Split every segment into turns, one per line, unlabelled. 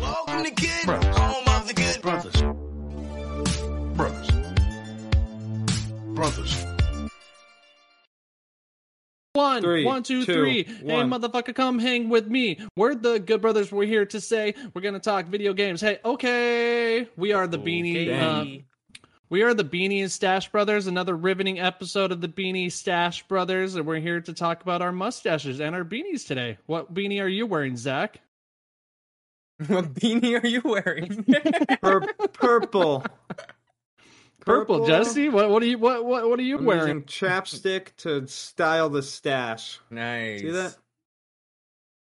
home to good,
Brothers.
home of the good.
Brothers. Brothers. Brothers.
One,
Three,
one, two,
two,
three.
one.
Hey, motherfucker, come hang with me. We're the good brothers. We're here to say we're gonna talk video games. Hey, okay, we are the beanie. Uh, we are the beanie and stash brothers. Another riveting episode of the beanie stash brothers, and we're here to talk about our mustaches and our beanies today. What beanie are you wearing, Zach?
What beanie are you wearing?
Um,
Pur- purple.
Purple, Jesse. What, what are you? What, what, what are you
I'm
wearing?
using chapstick to style the stash.
nice.
See that?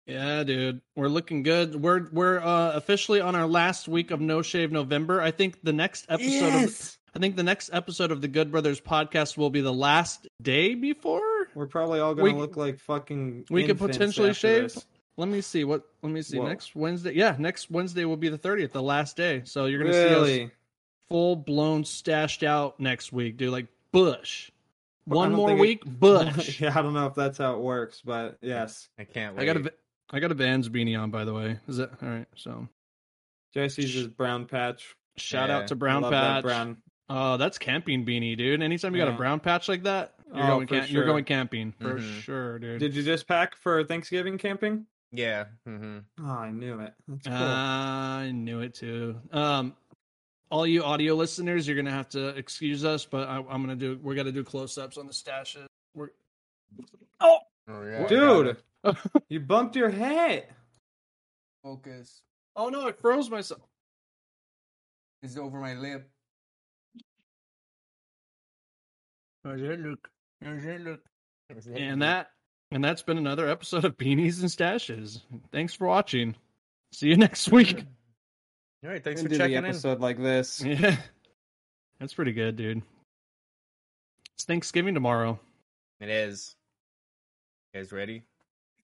Yeah, dude, we're looking good. We're we're uh, officially on our last week of No Shave November. I think the next episode. Of, I think the next episode of the Good Brothers podcast will be the last day before.
We're probably all gonna
We-
look like fucking.
we could
infants
potentially
after
shave.
this.
Let me see what. Let me see.
Whoa.
Next Wednesday, yeah, next Wednesday will be the thirtieth, the last day. So you're gonna see us
Really?
full blown stashed out next week, dude. Like Bush.
But I
One
don't
more
think it-
week, Bush.
yeah, I don't know if that's how it works, but yes,
I can't wait.
I got a. I got a Vans beanie on, by the way. Is that all right? So
Jesse's is brown patch.
shout
Yeah,
out to Brown
I love that
Patch.
brown.
Oh, that's camping beanie, dude. Anytime you got a
Yeah.
brown patch like that, you're
Oh,
going
for
cam- you're
sure. Mm-hmm.
going camping for
Mhm.
sure, dude.
Did you just pack for Thanksgiving camping?
Yeah. hmm
Oh, I knew it. That's cool.
Uh, I knew it too. Um, all you audio listeners, you're gonna have to excuse us, but I, I'm gonna do. We're gonna do close ups on the stashes. We're
Oh, yeah, I got
Dude,
it.
you bumped your head.
Focus.
oh no, I froze myself.
It's over my lip.
And that and that's been another episode of Beanies and Stashes. Thanks for watching. See you next week.
All right. Thanks
We
for
do the
checking in.
episode like this.
yeah, that's pretty good, dude. It's Thanksgiving tomorrow.
It is. You guys ready?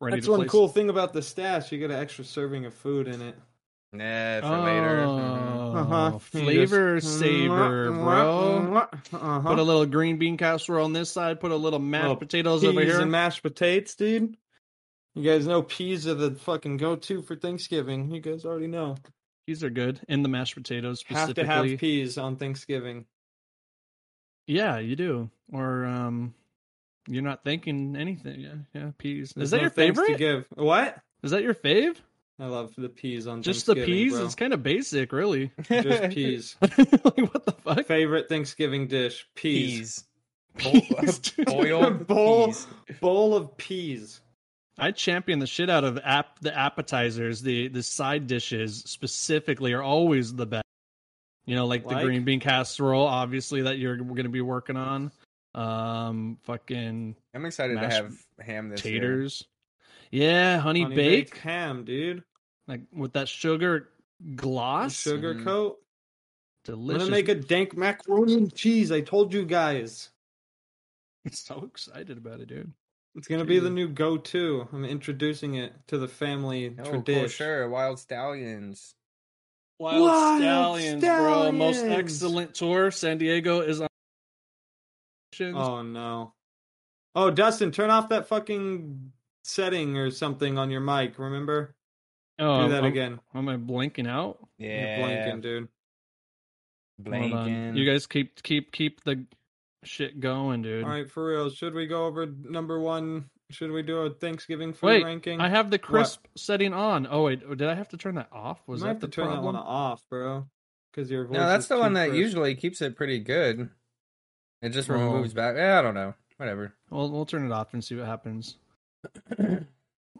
Ready
That's
to
one
place-
cool thing about the stash. You get an extra serving of food in it.
Nah, for later. Mhm.
Uh-huh.
Oh, Flavor saver, bro.
Uh
Put a
huh.
little green bean casserole on this side. Put a little mashed
Little
potatoes
Peas
over here.
and mashed potatoes, dude. You guys know peas are the fucking go-to for Thanksgiving. You guys already know.
These are good. And the mashed potatoes
Have
specifically.
to have peas on Thanksgiving.
yeah, you do. Or um, you're not thinking anything. Yeah, yeah. Peas.
There's
Is that
no
your
thanks
favorite?
To give what?
Is that your fave?
I love the peas on
Just the
Thanksgiving,
peas.
bro.
It's kind of basic, really.
Mm-hmm.
Just peas.
like what the fuck?
Favorite Thanksgiving dish: peas.
Peas.
Peas, dude.
Boiled
Bowl.
peas.
Bowl of peas.
I champion the shit out of app the appetizers, the the side dishes specifically are always the best. You know, like,
Like?
the green bean casserole, obviously that you're going to be working on. Um, fucking
I'm excited
Mashed
to have ham this year.
taters. Yeah, honey,
Honey
bake,
baked ham, dude.
like with that sugar
The
gloss,
Sugar
Mhm.
coat. I'm
delicious.
gonna make a dank macaroni and cheese. I told you guys.
so excited about it, dude.
It's gonna be the
Dude.
new go-to. I'm introducing it to the family
Oh,
tradition.
for sure. Wild stallions.
Wild,
Wild
stallions, bro! Most
Stallions!
excellent tour. San Diego is on.
Oh no. Oh, Dustin, turn off that fucking setting or something on your mic. Remember?
Oh,
Do that
I'm-
again.
Am I blinking out?
You're
Yeah.
blanking, dude.
Hold on.
Blanking.
You guys keep keep keep the shit going, dude.
All right, for real. Should we go over number one? Should we do a Thanksgiving food
Wait,
ranking?
I have the crisp setting on. Oh wait, did I have to turn that off?
You
Was
might
that
have to
the
turn
problem?
that one off, bro. Because your voice.
No, that's
is
the
too
one that
crisp.
usually keeps it pretty good. It just
Oh.
removes back. Yeah, I don't know. Whatever.
We'll we'll turn it off and see what happens.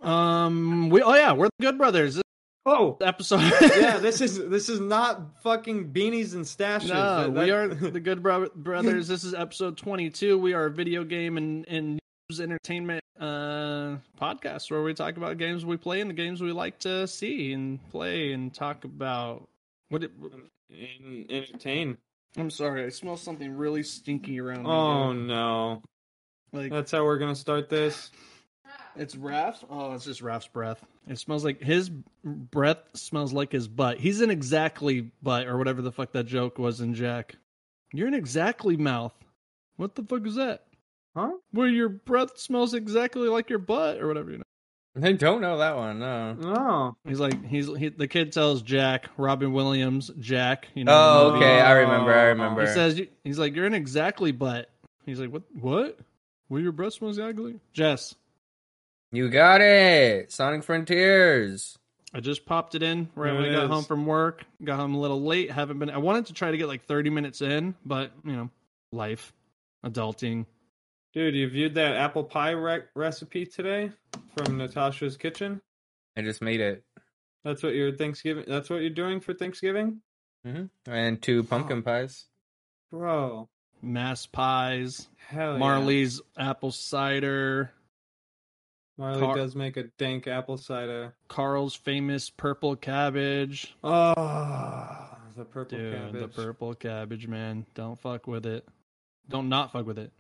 um, we oh yeah, we're the Good Brothers. This
Oh.
episode.
yeah, this is this is not fucking beanies and stashes.
No,
That-
we are
that-
the Good Bro- Brothers. This is episode 22. We are a video game and, and news entertainment uh, podcast where we talk about games we play and the games we like to see and play and talk about. What? It,
En- entertain.
I'm sorry, I smell something really stinky around.
Oh
me,
no,
dude. like
that's how we're gonna start this.
it's Raph's. Oh, it's just Raph's breath. It smells like his breath smells like his butt. He's an exactly butt or whatever the fuck that joke was in Jack. You're an exactly mouth. What the fuck is that?
Huh?
where your breath smells exactly like your butt or whatever you know.
I don't know that one. No.
Oh,
He's like he's he, the kid tells Jack Robin Williams Jack. You know, the
Oh,
movie.
okay. I remember. I
Oh.
remember.
He says you- he's like you're an exactly butt. He's like what what? Were your breasts most ugly? Jess,
you got it. Sonic Frontiers.
I just popped it in right
There
when I
it
got
is.
home from work. Got home a little late. Haven't been. I wanted to try to get like 30 minutes in, but you know, life, adulting.
dude, you viewed that apple pie rec- recipe today from Natasha's kitchen.
I just made it.
That's what your Thanksgiving. That's what you're doing for Thanksgiving,
hmm And two pumpkin pies.
bro.
Mass pies,
Hell Oh, yeah.
Marley's apple cider,
Marley
Car-
does make a dank apple cider.
Carl's famous purple cabbage.
Oh, the purple
Dude,
cabbage.
the purple cabbage, man. Don't fuck with it. Don't not fuck with it.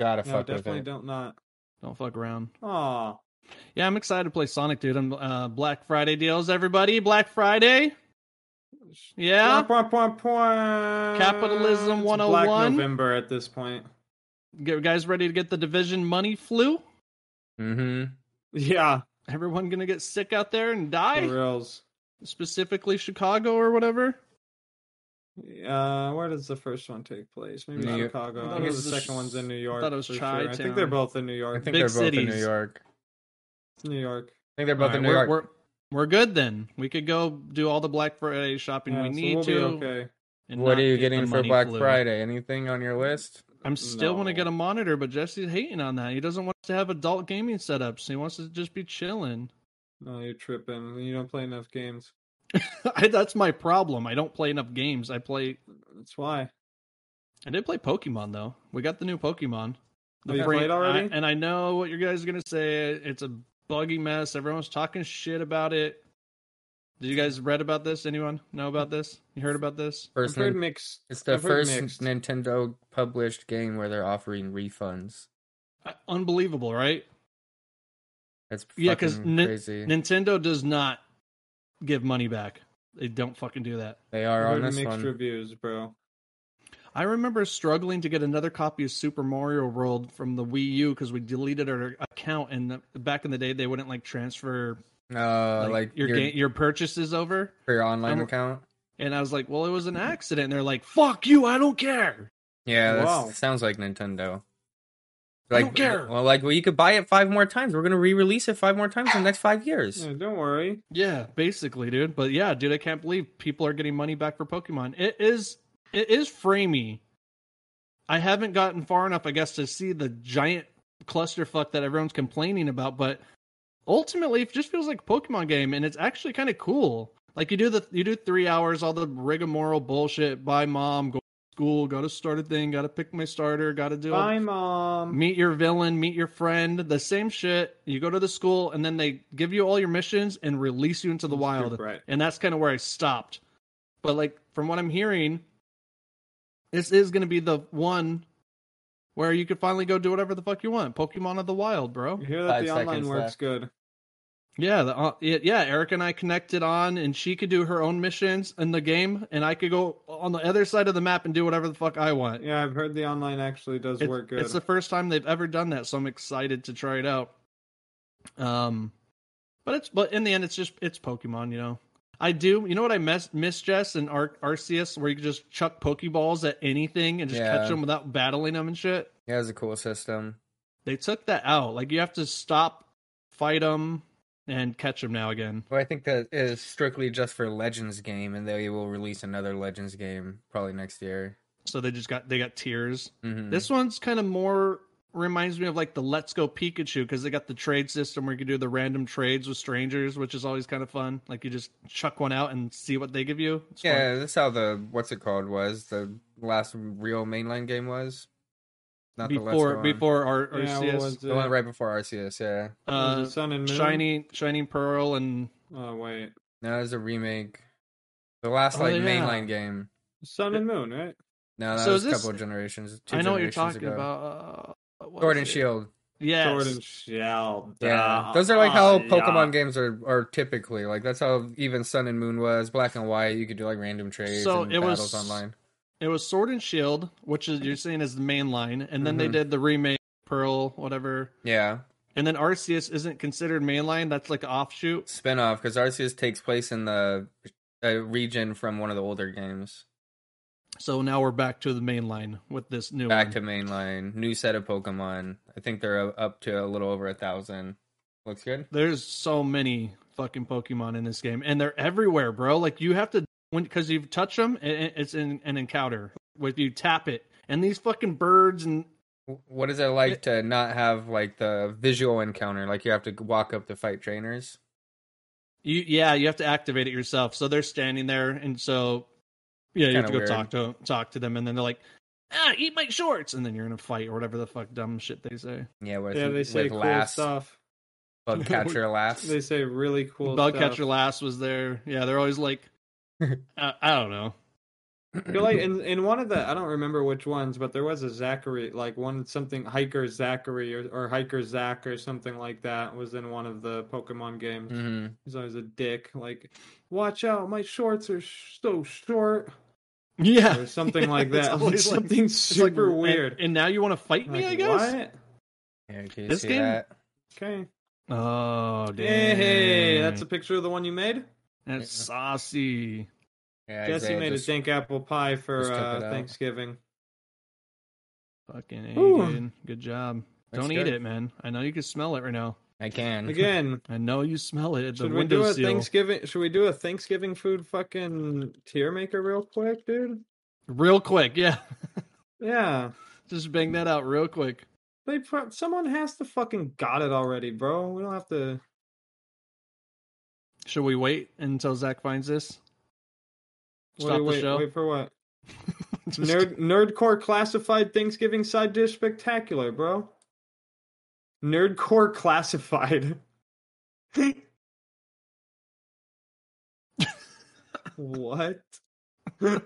Gotta
no,
fuck with
definitely
it.
don't not.
Don't fuck around.
Oh,
Yeah, I'm excited to play Sonic, dude. I'm uh, Black Friday deals, everybody. Black Friday. Yeah. Capitalism 101.
Black November at this point.
Get, guys ready to get the division money flu?
Mm-hmm.
Yeah,
everyone gonna get sick out there and
the
die
reals.
specifically chicago or whatever
Uh, where does the first one take place? Maybe
New York.
Chicago.
I
I,
thought
know
it
the
was the
second one's in New York.
thought it was
for sure. I
Chi-Town.
think they're both in New
I
York.
think
Big
they're both in New
cities.
York. I
New York.
think they're both
All right,
in New
we're,
York.
we're, we're good then we could go do all the black friday shopping
Yeah,
we
so
need
we'll
to
Be okay.
and
What
not
are you
get the
getting for
money
Black
flu.
Friday? Anything on your list?
i'm still want to
No.
get a monitor but jesse's hating on that he doesn't want us to have adult gaming setups he wants us to just be chilling
No, you're tripping. You don't play enough games.
I, that's my problem i don't play enough games i play
That's why.
i did play pokemon though we got the new pokemon
Oh, you
Brain-
played already?
I- and I know what you guys are gonna say. It's a buggy mess. Everyone's talking shit about it. Did you guys read about this? Anyone know about this? You heard about this?
I've
First,
heard
Nin-
mixed.
it's the
I've heard
first
mixed.
Nintendo published game where they're offering refunds.
Uh, Unbelievable, right?
That's
Yeah, 'cause
fucking
Nin-
crazy.
Nintendo does not give money back. They don't fucking do that.
they
I've
are on
heard
this
mixed
one.
reviews, bro.
I remember struggling to get another copy of Super Mario World from the Wii U because we deleted our account, and the, back in the day they wouldn't like transfer
uh,
like,
like,
your ga- your purchases over.
for your online
I'm-
account.
And I was like, well, it was an accident. And they're like, fuck you, I don't care.
Yeah, that
Wow.
sounds like Nintendo.
I don't care.
well, like well, you could buy it five more times. We're gonna re-release it five more times in the next five years.
Hmm.
Yeah, don't worry.
Yeah, basically, dude. But yeah, dude, I can't believe people are getting money back for Pokemon. It is it is framey. I haven't gotten far enough, I guess, to see the giant clusterfuck that everyone's complaining about, but ultimately it just feels like a Pokemon game and it's actually kind of cool. Like you do the you do three hours, all the rigmarole bullshit, bye mom, go to school, gotta start a thing, gotta pick my starter, gotta do all-
Bye, mom.
meet your villain, meet your friend, the same shit. You go to the school, and then they give you all your missions and release you into the
That's
wild.
right.
And that's kind of where I stopped. But like from what I'm hearing, this is going to be the one where you could finally go do whatever the fuck you want. Pokemon of the Wild, bro.
You hear that
Five
the online
seconds
works
left.
good.
Yeah, the, uh, yeah, yeah. Eric and I connected on, and she could do her own missions in the game, and I could go on the other side of the map and do whatever the fuck I want.
Yeah, I've heard the online actually does
It's-
work good.
It's the first time they've ever done that, so I'm excited to try it out. Um, but it's but in the end, it's just it's Pokemon, you know. I do. You know what I miss, miss Jess and Ar- Arceus, where you can just chuck Pokeballs at anything and just catch 'em catch
Yeah.
them without battling them and shit.
It has a cool system.
They took that out. Like you have to stop, fight them, and catch them now again.
Well, I think that is strictly just for Legends game, and they will release another Legends game probably next year.
So they just got they got tiers.
Mhm.
This one's kind of more reminds me of like the Let's Go Pikachu because they got the trade system where you can do the random trades with strangers, which is always kind of fun. Like you just chuck one out and see what they give you. It's fun.
yeah, that's how the what's it called was the last real mainline game was. Not
before
the last
before our
yeah, what
Arceus,
was
the one
it?
right before Arceus. Yeah,
uh,
was it Sun and Moon?
Shining Shining Pearl and
Oh wait,
no, it's a remake. The last
Oh,
like
yeah.
mainline game.
Sun and Moon, right?
No, that
So
was
is
a
this-
couple of generations. Two
I know what you're
generations
talking
ago.
about. Uh, what
Sword
is
and
it?
Shield.
Yes.
Sword and Shield.
Yeah,
Ah,
those are like how
ah,
Pokemon
yeah.
games are, are typically like. That's how even Sun and Moon was black and white. You could do like random trades
So
and
it was-
battles online.
It was Sword and Shield, which is you're saying is the main line, and then they
Mhm.
did the remake Pearl, whatever.
Yeah,
And then Arceus isn't considered mainline. That's like an offshoot.
Spinoff, because Arceus takes place in the uh, region from one of the older games.
So now we're back to the mainline with this new
Back
one.
to mainline, new set of Pokemon. I think they're up to a little over a thousand. Looks good.
There's so many fucking Pokemon in this game, and they're everywhere, bro. Like you have to when because you've touched them, it, it's in, an encounter. If you tap it, and these fucking birds and
What is it like to not have like the visual encounter? Like you have to walk up to fight trainers.
you, yeah, you have to activate it yourself. So they're standing there, and so yeah, you have
Kinda
to go talk
weird.
to talk to them, and then they're like, ah, eat my shorts, and then you're in a fight or whatever the fuck dumb shit they say.
Yeah, with,
yeah, they say
with
cool
last
stuff.
bug catcher last.
They say really cool
Bug
stuff.
catcher last was there. Yeah, they're always like, I, I don't know.
I feel like in, in one of the I don't remember which ones, but there was a Zachary, like one something hiker Zachary or, or hiker Zach or something like that was in one of the Pokemon games.
hmm
He's always a dick, like watch out, my shorts are sh- so short
Yeah,
or something like
It's
that. Like,
always like-
something
It's like,
super
and-
weird.
And, now you want to fight me?
Like,
I guess.
What?
Yeah, can you
This
see
game-
that?
Okay.
Oh,
Hey,
damn.
hey, that's a picture of the one you made.
That's saucy.
Yeah,
Jesse
Isaiah
made
just-
a dank apple pie
just
for
took
uh,
it out.
Thanksgiving.
Fucking
Ooh.
Aiden. Good job.
That's
Don't
good.
eat it, man. I know you can smell it right now.
I can.
Again,
I know you smell it. at The
should we do
window
a
seal.
Thanksgiving? Should we do a Thanksgiving food fucking tier maker real quick, dude?
Real quick, yeah.
Yeah,
Just bang that out real quick.
they pro- someone has to fucking got it already, bro. We don't have to.
Should we wait until Zach finds this?
what,
Stop
do you
the
wait,
show.
Wait for what?
Just-
Nerd Nerdcore classified Thanksgiving side dish spectacular, bro. Nerdcore classified. what?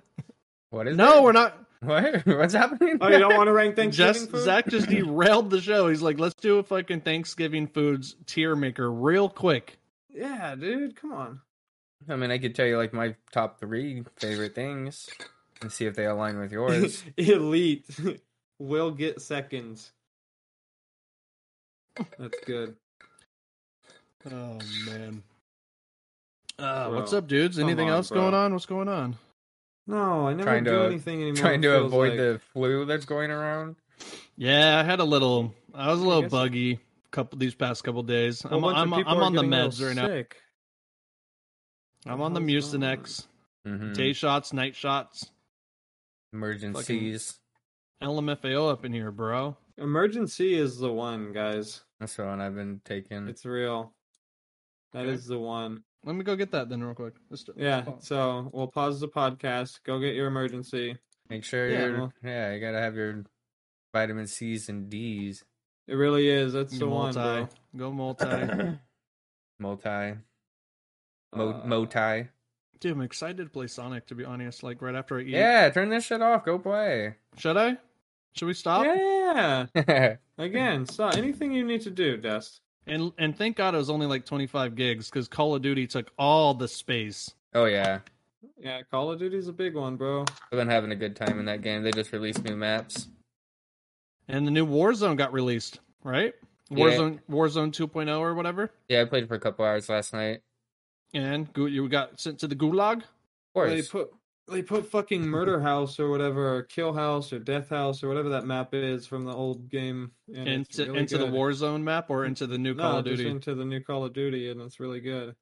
What is
No, we're not.
What? What's happening?
Oh, you don't want to rank Thanksgiving
Just,
food?
Zach just derailed the show. He's like, let's do a fucking Thanksgiving foods tier maker real quick.
Yeah, dude, come on.
I mean, I could tell you like my top three favorite things and see if they align with yours.
Elite will get seconds. That's good.
Oh man. Uh,
Bro,
what's up, dudes?
come
Anything
on,
else
bro.
going on? What's going on?
No, I never
Trying
do
to-
anything anymore.
Trying
it
to
feels
avoid
like.
the flu that's going around.
Yeah, I had a little. I was a
I
little
guess-
buggy couple these past couple days.
A
I'm
bunch of
I'm,
people
I'm
are
on the
getting real
meds right now.
sick.
I'm on the
How's going on?
Mucinex,
Mhm.
day shots, night shots,
Emergencies.
LMFAO up in here, bro.
Emergency is the one, guys.
That's the one I've been taking.
It's real. That is
Okay.
the one.
Let me go get that then real quick. Let's do-
Yeah.
Oh.
So we'll pause the podcast. Go get your emergency.
Make sure
Yeah,
you're.
well-
Yeah, you gotta have your vitamin C's and D's.
It really is. That's the
Go multi.
one,
Go multi.
multi.
bro.
Mo-
Uh,
Moti.
Dude, I'm excited to play Sonic to be honest. Like right after I eat.
Yeah, turn this shit off. Go play.
Should I? Should we stop?
Yeah.
yeah,
Again, so anything you need to do, Dust.
And and thank God it was only like 25 gigs because Call of Duty took all the space.
Oh yeah,
Yeah, Call of Duty's a big one, bro.
I've been having a good time in that game. They just released new maps.
And the new Warzone got released, right?
Yeah.
Warzone Warzone 2.0 or whatever.
Yeah, I played for a couple hours last night.
And gu- you got sent to the gulag.
Of course.
They put they put fucking Murder House or whatever, or Kill House or Death House or whatever that map is from the old game. And it's
into
really
into the
good.
Warzone map or into the new
No,
Call of
just
Duty.
into the new Call of Duty, and it's really good.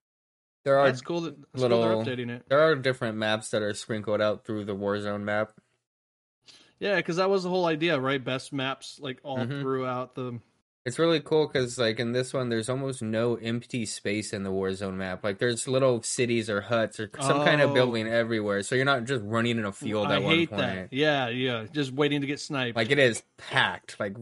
there are
That's cool. That, that's cool
little-
they're updating it.
there are different maps that are sprinkled out through the Warzone map.
Yeah, because that was the whole idea, right? Best maps like all
Mm-hmm.
Mhm.
throughout the.
It's really cool because, like, in this one, there's almost no empty space in the Warzone map. Like, there's little cities or huts or some kind
Oh.
of building everywhere. So you're not just running in a field
I
at one
hate
point.
that. Yeah, yeah. Just waiting to get sniped.
Like, it is packed. Like,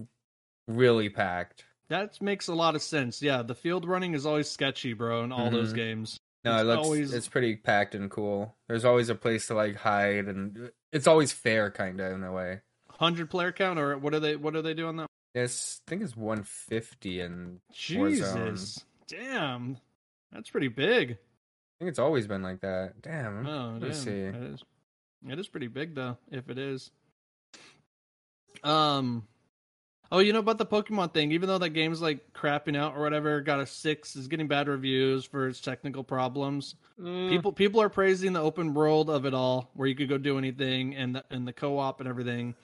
really packed.
that makes a lot of sense. Yeah, the field running is always sketchy, bro, in all those
Mhm.
games.
No,
It's
it looks
always-
it's pretty packed and cool. There's always a place to like hide, and it's always fair, kind of in a way.
Hundred player count, or what are they? What are they doing that?
It's I think it's 150, and Warzone.
Jesus, damn, that's pretty big.
I think it's always been like that. Damn, I'm
Oh, damn.
Let's see.
That is, that is pretty big though. If it is, um, Oh, you know about the Pokemon thing. Even though that game's like crapping out or whatever, got a six, is getting bad reviews for its technical problems.
Mm,
People people are praising the open world of it all, where you could go do anything, and the, and the co op and everything.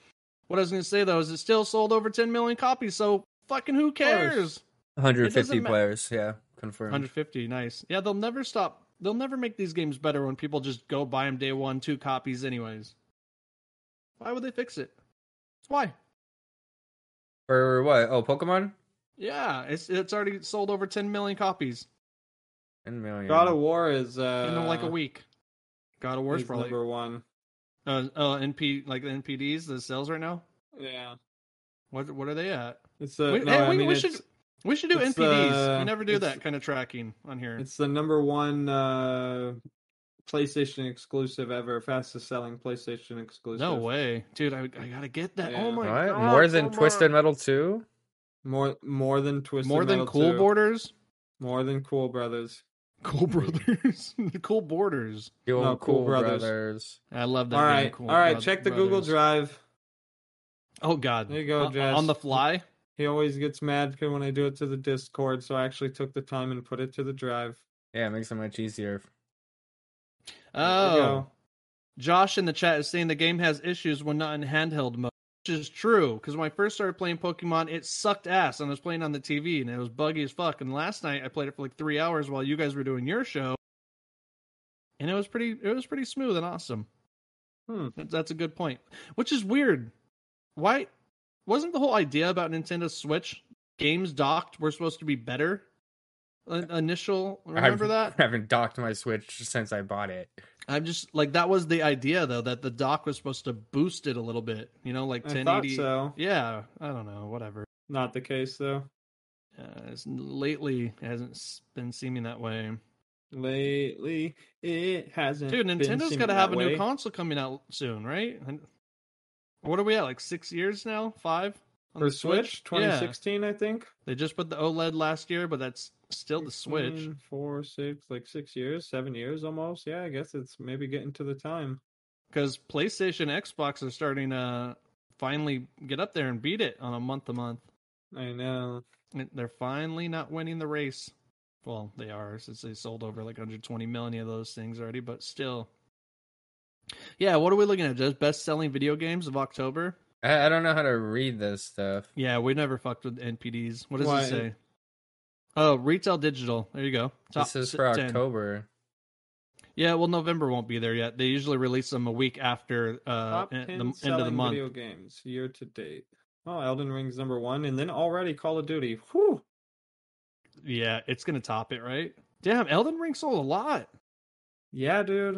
What I was gonna say though is it still sold over 10 million copies, so fucking who cares?
150
ma-
players, yeah, confirmed.
150, nice. Yeah, they'll never stop. They'll never make these games better when people just go buy them day one, two copies, anyways. Why would they fix it? Why?
For what? Oh, Pokemon?
Yeah, it's it's already sold over 10 million copies
10 million.
God of War is uh,
in like a week. God of War's
is
probably
number one.
uh, uh NP like the NPDs the sales right now.
Yeah,
What what are they at?
it's uh,
we,
no,
hey,
I
we,
mean
we
it's,
should we should do
it's,
NPDs.
uh,
we never do
it's-
that kind of tracking on here.
it's the number one uh, PlayStation exclusive ever, fastest selling PlayStation exclusive.
No way, dude! I, I gotta get that.
Yeah.
Oh my
What?
god!
More than
come
Twisted
on.
Metal 2?
more more than Twisted
more than
Metal
Cool
2,
Borders.
more than Cool Brothers.
Cool Brothers. Hmm. cool Borders.
The old
No, Cool
Cool
Brothers.
Brothers.
I love that.
All
game,
right,
Cool
all right.
Broth-
check the Google
Brothers.
Drive.
Oh god!
There you go,
O-
Jess.
On the fly.
He always gets mad when I do it to the Discord, so I actually took the time and put it to the drive.
Yeah, it makes it much easier.
There we
Oh,
go.
Josh in the chat is saying the game has issues when not in handheld mode, which is true. Because when I first started playing Pokemon, it sucked ass, and I was playing on the TV, and it was buggy as fuck. And last night I played it for like three hours while you guys were doing your show, and it was pretty. It was pretty smooth and awesome.
Hmm.
That- That's a good point. Which is weird. Why wasn't the whole idea about Nintendo Switch games docked were supposed to be better? In- Initial, remember
I've,
that?
I haven't docked my Switch since I bought it.
I'm just like that was the idea though that the dock was supposed to boost it a little bit, you know, like
I thought
1080.
so.
Yeah, I don't know, whatever.
Not the case though.
Uh, it's, lately it hasn't s- been seeming that way.
Lately, it hasn't.
Dude,
been
Nintendo's
seeming
got to have
that
a new
way.
console coming out soon, right? And what are we at? Like 6 years now? 5 on
for
the
Switch,
Yeah.
2016, I think.
They just put the OLED last year, but that's still the Switch.
16, Four, six, like six years, seven years almost. Yeah, I guess it's maybe getting to the time.
Cuz PlayStation, Xbox are starting to finally get up there and beat it on a month to month.
I know.
It- They're finally not winning the race. Well, they are since they sold over like 120 million of those things already, but still. Yeah, what are we looking at? Just best selling video games of October?
I, I don't know how to read this stuff.
Yeah, we never fucked with NPDs. What does
Why?
it say? Oh, retail digital. There you go. Top
this is
s-
for
10.
October.
Yeah, well, November won't be there yet. They usually release them a week after uh,
Top
at
10
the end
selling
of the month.
video games year to date. Oh, Elden Ring's number one, and then already Call of Duty. Whew.
Yeah, it's gonna top it, right? Damn, Elden Ring sold a lot.
Yeah, dude.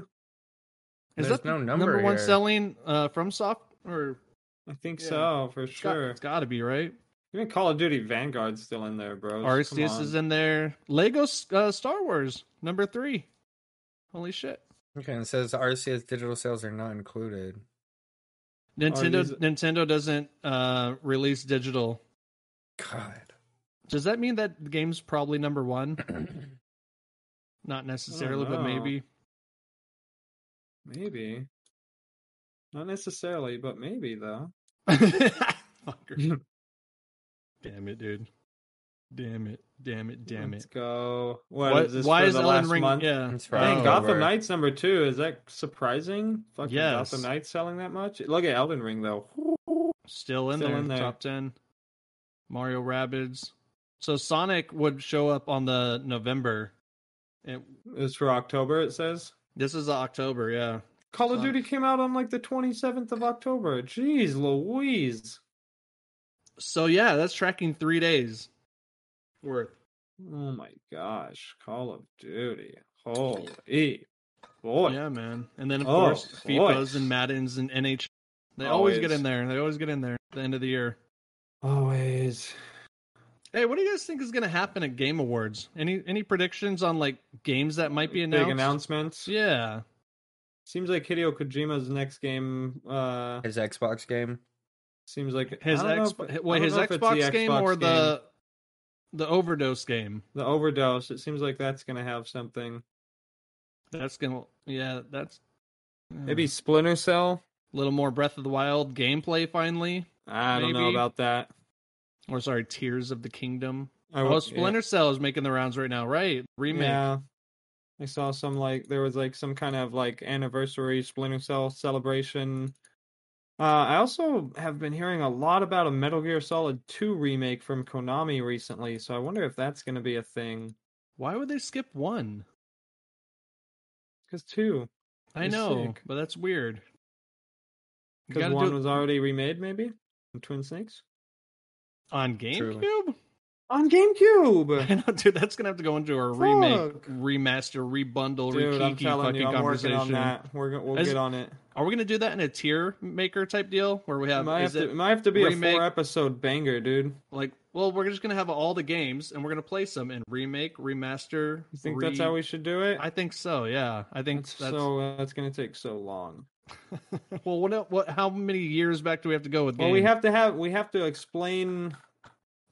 Is
There's
that
no
the
number
number one
here.
selling uh, from soft or
I think
Yeah.
so for
It's got-
sure.
it's got to be right.
Even Call of Duty Vanguard's still in there, bro.
Arceus is in there. Lego uh, Star Wars number three. Holy shit!
Okay, and it says RCS digital sales are not included.
Nintendo
these-
Nintendo doesn't uh, release digital.
God.
Does that mean that the game's probably number one? Not necessarily, but
know.
maybe.
Maybe. Not necessarily, but maybe though.
Fucker. damn it, dude! Damn it! Damn it! Damn
Let's
it!
go.
Why-
what is this
why
for
is
the
Ellen
last
Ring?
month?
Yeah,
It's for
Dang,
Oh.
Gotham
Over.
Knights number two. Is that surprising? Fucking Gotham
Yes.
Knights selling that much? Look at Elden Ring though.
still in
Still
there,
in there.
top ten. Mario Rabbids. So Sonic would show up on the November. It,
It's for October. It says
this is October, yeah.
Call of
Fuck.
Duty came out on like the twenty seventh of October. Jeez, Louise.
So yeah, that's tracking three days worth.
Oh my gosh, Call of Duty. Holy boy.
Yeah, man. And then of
Oh,
course
boy.
FIFA's and Madden's and NH. They always. get
Always.
in there. They always get in there at the end of the year.
Always.
Hey, what do you guys think is going to happen at Game Awards? Any any predictions on like games that might be announced?
Big announcements.
Yeah.
Seems like Hideo Kojima's next game uh
His Xbox game.
seems like
His
I don't know
X,
if- I
wait,
don't
his
know if it's
Xbox
the
game
Xbox
or the the overdose game?
the overdose. It seems like that's gonna have something.
That's gonna yeah. That's hmm,
Maybe
Yeah.
Splinter Cell.
a little more Breath of the Wild gameplay finally.
I don't know
Maybe.
about that.
or sorry, Tears of the Kingdom.
I
Oh,
wa-
Splinter Cell is making the rounds right now, right?
yeah.
Remake.
yeah. I saw some like there was like some kind of like anniversary Splinter Cell celebration. Uh, I also have been hearing a lot about a Metal Gear Solid 2 remake from Konami recently, so I wonder if that's going to be a thing.
Why would they skip one?
Because 2,
I
It's
know,
sick.
but that's weird. You
because
gotta do
1
it
was already remade, maybe? In Twin Snakes?
on
Truly.
GameCube.
On GameCube!
I know, dude. That's gonna have to go into a remake,
Fuck.
remaster, rebundle,
Dude, I'm
rekiki
telling
fucking
you, I'm working
conversation.
on that. We're, go- we'll
As-
get on it.
Are we gonna do that in a tier maker type deal where we
It
have
might,
is
have to,
it
it might have to be
remake-
a four episode banger, dude.
like well we're just gonna have all the games and we're gonna play some and remake, remaster.
You think that's how
re-
we should do it?
I think so. Yeah, I think
That's
that's.
so uh, that's gonna take so long.
well, what? el- What? How many years back do we have to go with?
Well,
game?
we have to have we have to explain.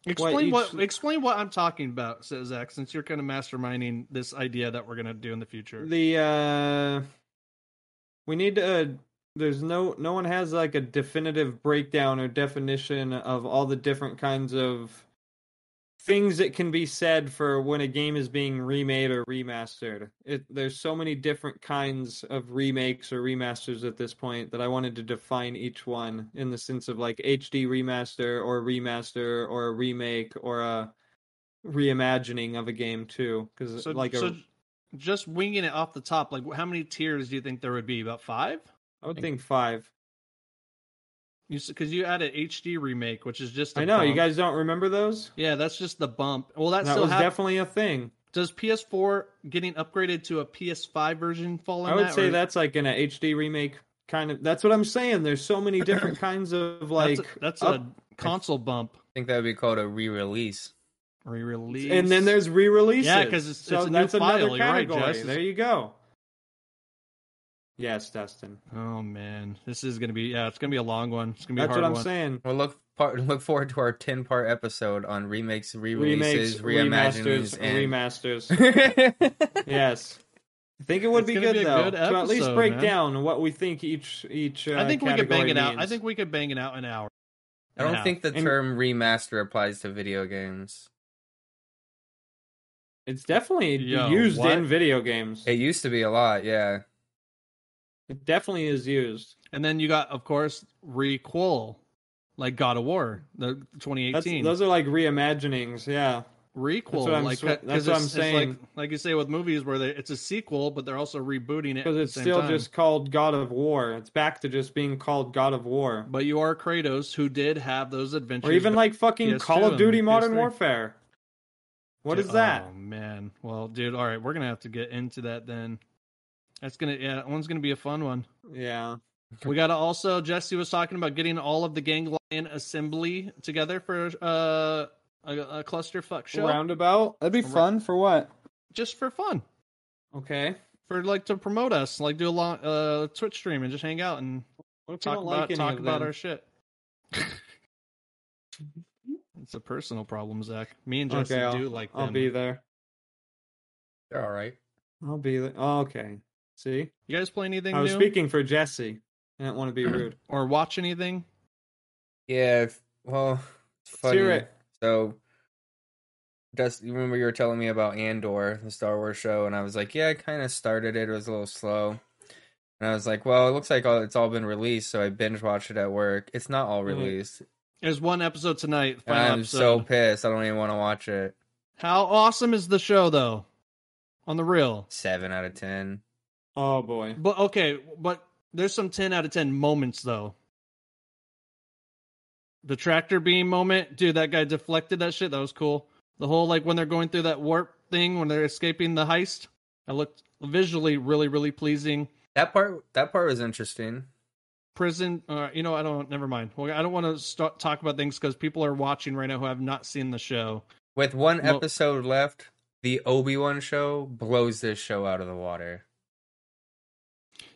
explain
what
what,
each-
explain what I'm talking about, says Zach, since you're kind of masterminding this idea that we're gonna do in the future.
The uh we need to uh, there's no no one has like a definitive breakdown or definition of all the different kinds of things that can be said for when a game is being remade or remastered. It there's so many different kinds of remakes or remasters at this point that I wanted to define each one in the sense of like HD remaster or remaster or a remake or a reimagining of a game too cuz
so,
like
so
a
just winging it off the top, like how many tiers do you think there would be? About five?
I would think 5
You because you added HD remake, which is just a
I know you
bump.
guys don't remember those.
Yeah, that's just the bump. Well, that,
that
still
was
hap-
definitely a thing.
does PS4 getting upgraded to a PS5 version fall in
I would
that,
say
or-
that's like in a HD remake kind of. That's what I'm saying. There's so many different kinds of like,
that's a, that's
up-
a console bump
think that would be called a re-release.
re-release,
and then there's re-releases.
Yeah, 'cause it's-
so
it's a new
that's another
file. You're right,
category.
Jess.
There you go. Yes, Dustin.
Oh man, this is gonna be yeah, it's gonna be a long one. It's gonna be a
That's
hard
what I'm
one.
saying.
Well, look part, look forward to our ten part episode on remakes,
Remakes, remasters,
re-releases, reimaginings, and
remasters. yes. I think it would
It's
be
gonna
good
be a
though
good
to at least
episode,
break
man.
down what we think each each. Uh,
I think we could bang
category
it out. I
means.
think we could bang it out in an hour.
I don't
Yeah.
think the
And-
term remaster applies to video games.
it's definitely
Yo,
used
what?
in video games.
It used to be a lot, yeah.
It definitely is used.
And then you got, of course, requel, like God of War, the
That's,
2018
those are like reimaginings, yeah.
requel.
what I'm
like uh,
sw- that's
'cause
what
it's-
I'm
it's
saying.
Like, like you say with movies, where they, it's a sequel, but they're also rebooting it
Because
at
it's
the same
still
time.
just called God of War. It's back to just being called God of War.
But you are Kratos, who did have those adventures.
Or even like fucking
PS2
Call of
and
Duty Modern
PS3.
Warfare. What
Dude,
is that?
Oh man. Well, dude. All right, we're gonna have to get into that then. That's gonna yeah, that one's gonna be a fun one.
Yeah.
We got to also Jesse was talking about getting all of the Ganglion assembly together for uh, a, a clusterfuck show
Roundabout? That'd be
Ra-
fun for what?
just for fun,
Okay.
for like to promote us, like do a long uh, Twitch stream and just hang out and
What if we
talk
don't
about
like any
talk
of
about
them?
our shit. it's a personal problem, Zach. Me and Jesse
Okay, I'll,
do like them.
I'll be there.
They're all right.
I'll be there. Oh, okay. See?
You guys play anything
I was
new
speaking for Jesse. I didn't want to be rude.
or watch anything?
Yeah. if- Well, it's funny.
hear it.
So, just you remember you were telling me about Andor, the Star Wars show, and I was like, yeah, I kind of started it. It was a little slow, and I was like, well, it looks like all, it's all been released, so I binge watched it at work. It's not all
Mhm.
released.
There's one episode tonight.
And
Final
I'm
episode.
so pissed. I don't even want to watch it.
How awesome is the show though? On the real.
Seven out of ten.
Oh boy.
But okay, but there's some 10 out of 10 moments though. The tractor beam moment, dude, that guy deflected that shit. That was cool. The whole like when they're going through that warp thing when they're escaping the heist, that looked visually really really pleasing.
That part. That part was interesting.
Prison, uh, you know, I don't. Never mind. Well, I don't want to start talk about things because people are watching right now who have not seen the show.
With one
Well-
episode left, the Obi Wan show blows this show out of the water.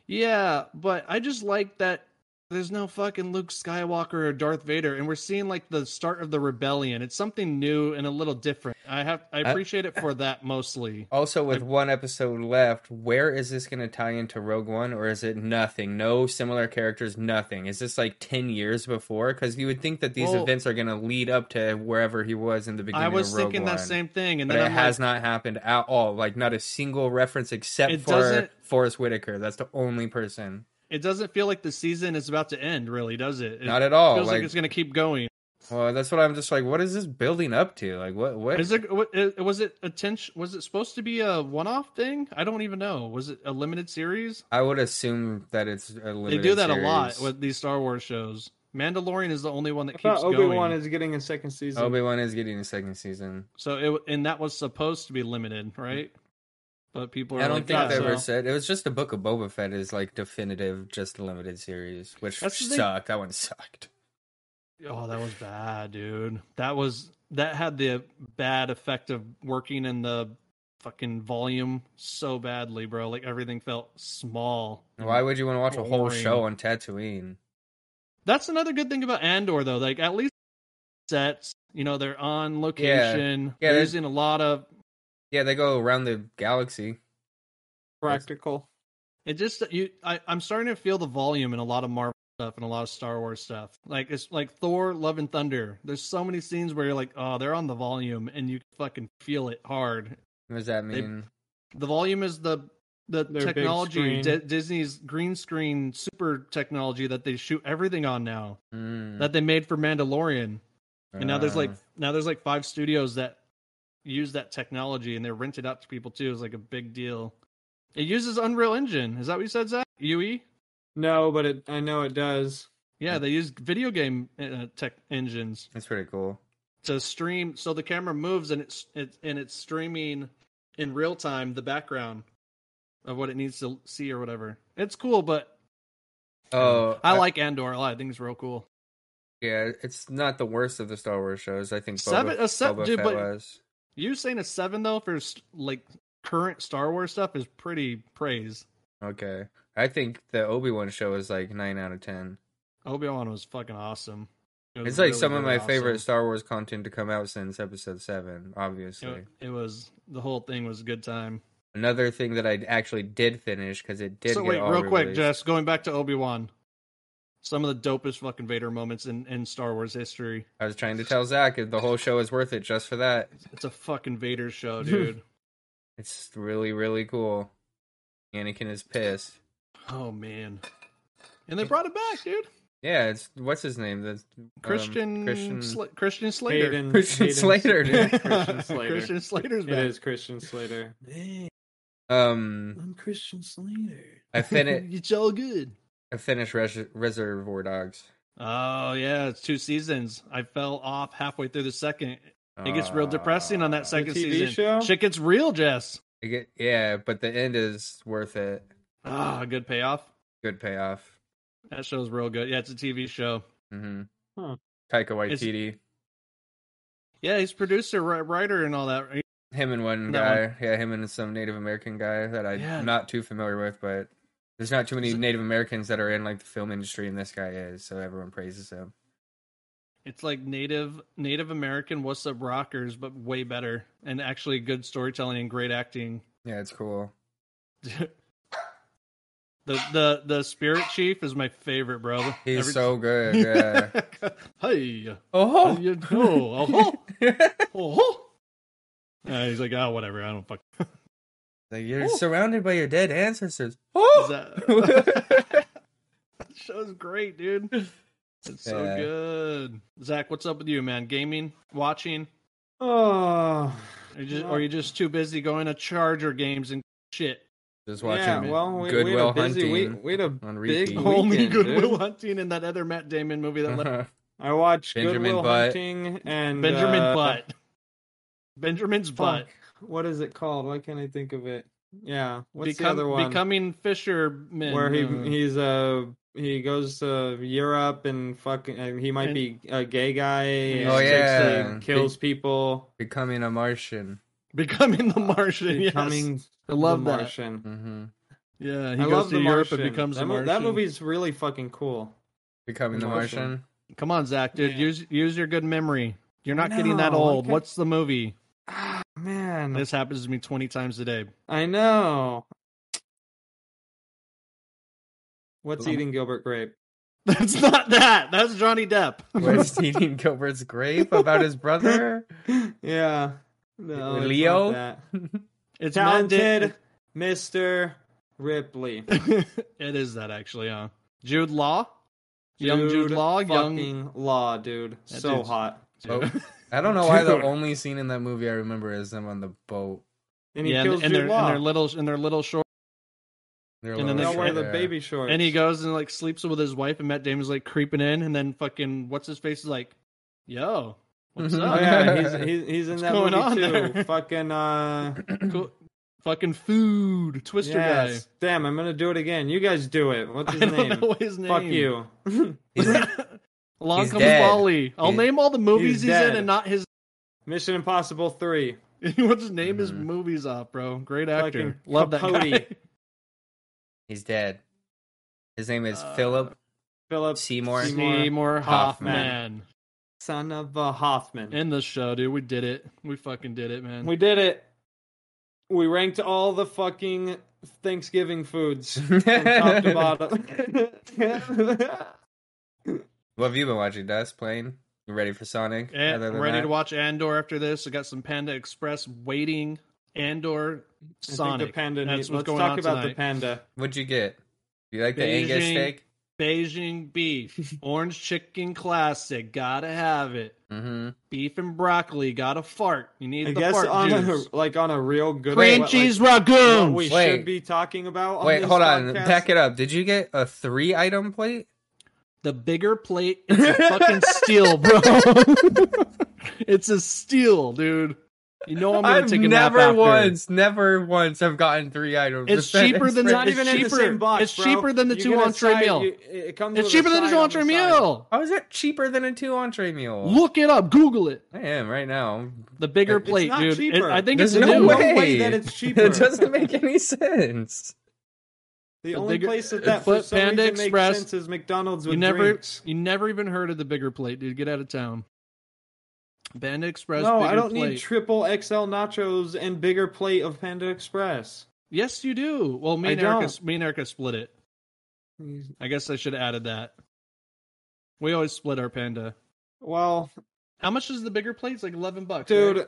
Yeah, but I just like that there's no fucking Luke Skywalker or Darth Vader, and we're seeing like the start of the rebellion. It's something new and a little different. I have I
Uh,
appreciate it for that mostly.
Also, with one episode left, where is this going to tie into Rogue One, or is it nothing? No similar characters, nothing. Is this like ten years before? Because you would think that these
Well-
events are going to lead up to wherever he was in the beginning.
I was
of Rogue
thinking that
One.
same thing, and
but
then
it
I'm
has
like,
not happened at all. Like not a single reference except
It
for
doesn't-
Forrest Whitaker. That's the only person.
it doesn't feel like the season is about to end, really, does it? It
not at all.
feels like,
Like,
it's gonna keep going.
well, that's what I'm just like. What is this building up to? Like what? What
Is it what- it- was it attention? Was it supposed to be a one-off thing? I don't even know. Was it a limited series?
I would assume that it's a
They
limited
do that a
series.
lot with these Star Wars shows. Mandalorian is the only one that
I
keeps
thought Obi Wan
going.
is getting a second season.
Obi Wan is getting a second season.
So it and that was supposed to be limited, right? But people are
I don't
like,
think
"Nah,
they
so.
ever said it was just the book of Boba Fett is like definitive, just the limited series, which
That's the thing.
sucked. That one sucked.
Oh, that was bad, dude. That was that had the bad effect of working in the fucking volume so badly, bro. Like everything felt small.
Why would you want to watch a whole
Mm-hmm. Boring.
show on Tatooine?
That's another good thing about Andor though. Like at least sets, you know, they're on location. Yeah, they're
Yeah, they-
using a lot of
Yeah, they go around the galaxy.
Practical.
It just you, I, I'm starting to feel the volume in a lot of Marvel stuff and a lot of Star Wars stuff. Like it's like Thor, Love and Thunder. There's so many scenes where you're like, oh, they're on the volume, and you fucking feel it hard.
What does that
They-
mean?
The volume is the the
Their big
technology,
screen.
Di- Disney's green screen super technology that they shoot everything on now
Mm,
that they made for Mandalorian. And now there's like
uh,
now there's like five studios that use that technology and they're rented out to people too. It's like a big deal. It uses Unreal Engine. Is that what you said, Zach? E? UE?
No, but it, I know it does.
Yeah, they used video game uh, tech engines
that's pretty cool.
to stream, so the camera moves and it's it, and it's streaming in real time the background of what it needs to see or whatever. It's cool, but
Oh,
I like Andor a lot. I think it's real cool.
Yeah, it's not the worst of the Star Wars shows. I think Boba,
Seven- uh, se-
Boba
dude,
Fett
but-
was.
You saying a seven though for st- like current Star Wars stuff is pretty praise.
Okay, I think the Obi Wan show is like nine out of ten.
Obi Wan was fucking awesome. It was
It's like
really,
some of my
really
favorite
awesome.
Star Wars content to come out since Episode Seven. Obviously,
It, it was the whole thing was a good time.
another thing that I actually did finish because it did.
so
get
wait,
all
real quick,
re-released.
Jess, going back to Obi Wan, some of the dopest fucking Vader moments in, in Star Wars history.
I was trying to tell Zach if the whole show is worth it just for that.
It's a fucking Vader show, dude.
It's really, really cool. Anakin is pissed.
oh man, and they brought it back, dude.
Um,
Yeah, it's what's his name? That's um,
Christian
Christian
Sla- Christian Slater.
Hayden,
Christian
Hayden-
Slater, dude.
Christian Slater.
Christian Slater's
It
back.
is Christian Slater.
Um,
I'm Christian Slater.
I finished.
it's all good.
I finished Res- Reservoir Dogs.
Oh yeah, it's two seasons. I fell off halfway through the second. It gets real depressing on that
Uh,
second
TV
season.
show?
Shit gets real, Jess.
I get- yeah, but the end is worth it.
Ah, good payoff.
Good payoff.
That show's real good. Yeah, it's a TV show.
Mm-hmm.
Huh.
Taika
It's-
Waititi,
Yeah, he's producer, ri- writer, and all that. right?
him and one
That
guy. Yeah, him and some Native American guy that I'm
Yeah.
not too familiar with, but there's not too many
Is it-
Native Americans that are in like the film industry, and this guy is, so everyone praises him.
It's like native Native American What's Up Rockers, but way better and actually good storytelling and great acting.
Yeah, it's cool.
the the the spirit chief is my favorite, bro.
He's
Every-
so good. Yeah.
hey,
oh,
you know, oh, oh, oh. Uh, he's like, oh, whatever. I don't fuck.
Like, you're
Oh.
surrounded by your dead ancestors.
Is
Oh,
that... that show's great, dude. It's so
Yeah.
good. Zach, what's up with you, man? Gaming, watching,
Oh,
or, you just, or are you just too busy going to Charger games and shit?
just watching
yeah. Well, we, we had
Goodwill
a busy week.
Hunting
We had a
on
big
repeat.
week.
Only
Weekend,
Goodwill
dude.
Hunting and that other Matt Damon movie that left
I watched
Benjamin
Goodwill
Butt.
Hunting and
Benjamin
uh,
Butt. Benjamin's Butt.
fuck, What is it called? Why can't I think of it? Yeah. What's
Become-
the other one?
Becoming fisherman.
where he
Mm.
he's uh he goes to Europe and fucking and he might
And-
be a gay guy. and
Oh,
takes
yeah.
and kills people.
Becoming a Martian.
Becoming the Martian. Yes.
Becoming
I love
the
that.
Martian.
Mm-hmm.
Yeah, he
I
goes
love
to
the
Europe
Martian.
and becomes
that,
the
mo-
Martian.
that movie's really fucking cool.
Becoming the
Martian.
Martian.
Come on, Zach, dude.
Yeah.
Use use your good memory. You're not
I
getting that
know, I
old.
could-
What's the movie?
Ah, man.
This happens to me 20 times a day.
I know. What's
Um,
eating Gilbert Grape?
That's not that. That's Johnny Depp.
Where's eating Gilbert's grape about his brother?
yeah. No, it's not
Leo?
that.
It's how it
Mounted
did.
Mr. Ripley.
it is that actually, huh? Jude Law, young Jude Law, young.
fucking Oh. Law, dude.
That
so
dude's-
hot.
Boat. I don't know why the
Dude.
only scene in that movie I remember is them on the boat.
And he
yeah, and,
kills
and
Jude
their
Law.
and their little and their little short.
They're
And then
They'll
lower
they
wear
short
the
there.
baby shorts.
And he goes and like sleeps with his wife, and Matt Damon's like creeping in, and then fucking what's his face is like, yo, what's
Mhm.
Oh
up?
yeah, he's he's, he's in
What's
that
going
movie
on
too.
there?
Fucking uh,
Cool. Fucking food, Twister
yes. Damn, I'm gonna do it again. You guys do it. What's
guy.
his
I don't
name?
know his name.
Fuck you.
He's-
Along
He's
comes
dead.
Wally. I'll
He's-
name all the movies
he's
he's, in
dead.
and not his.
Mission Impossible Three.
What's his name? His
Mhm.
movies off, bro. Great actor.
Mm-hmm. Fucking
Love that
Capote.
guy.
He's dead. His name is
Uh,
Philip
Philip,
Seymour.
Seymour.
Seymour Hoffman.
Hoffman.
son of a Hoffman.
In the show, dude. We did it. We fucking did it, man.
we did it. We ranked all the fucking Thanksgiving foods from top to bottom.
What have you been watching, Dust? Playing? You ready for Sonic?
And
Other than
ready
that?
to watch Andor after this. I got some Panda Express waiting. Andor
I think the
Sonic.
panda.
That's
needs-
what's
Let's
going
talk
on
about the
tonight.
panda.
What'd you get? You like the Angus
Beijing.
steak?
Beijing beef. Orange chicken classic. Gotta have it.
Mm-hmm.
Beef and broccoli. Gotta fart. You need
I
the
guess
fart
on
juice.
a like on a real good
Cream
what, like,
cheese
what
ragoons.
we
Wait.
should be talking about. On
Wait,
this
hold on.
podcast.
Back it up. Did you get a three item plate?
The bigger plate is a fucking steal, bro. it's a steal, dude. You know I'm gonna
I've
take a nap
never
after.
once, never once have gotten three items.
It's
That
cheaper
is
than
It's not
crazy.
even in the
cheaper.
same box.
It's
bro.
cheaper than the
You
two
get a
entree
side-
meal.
you- it comes
It's
with
cheaper
a
than a
side on
entree
the side.
meal.
How Oh, is it cheaper than a two entree meal?
Look it up. Google it.
I am right now.
The bigger
It's
plate,
not
dude. It-
cheaper.
I think
There's
it's
no
new.
No
way.
way that it's cheaper.
It doesn't make any sense.
The
The
only
bigger-
place that that for
Foot
some
Panda
reason
Express.
makes sense is McDonald's with
You never,
drinks.
you never even heard of the bigger plate, dude. Get out of town. Panda Express.
No,
bigger
I don't
plate.
need triple XL nachos and bigger plate of Panda Express.
yes, you do. Well, me
I
and Erica,
don't.
me and Erica split it. I guess I should have added that. We always split our panda.
Well,
How much is the bigger plate? It's like eleven bucks,
dude,
right?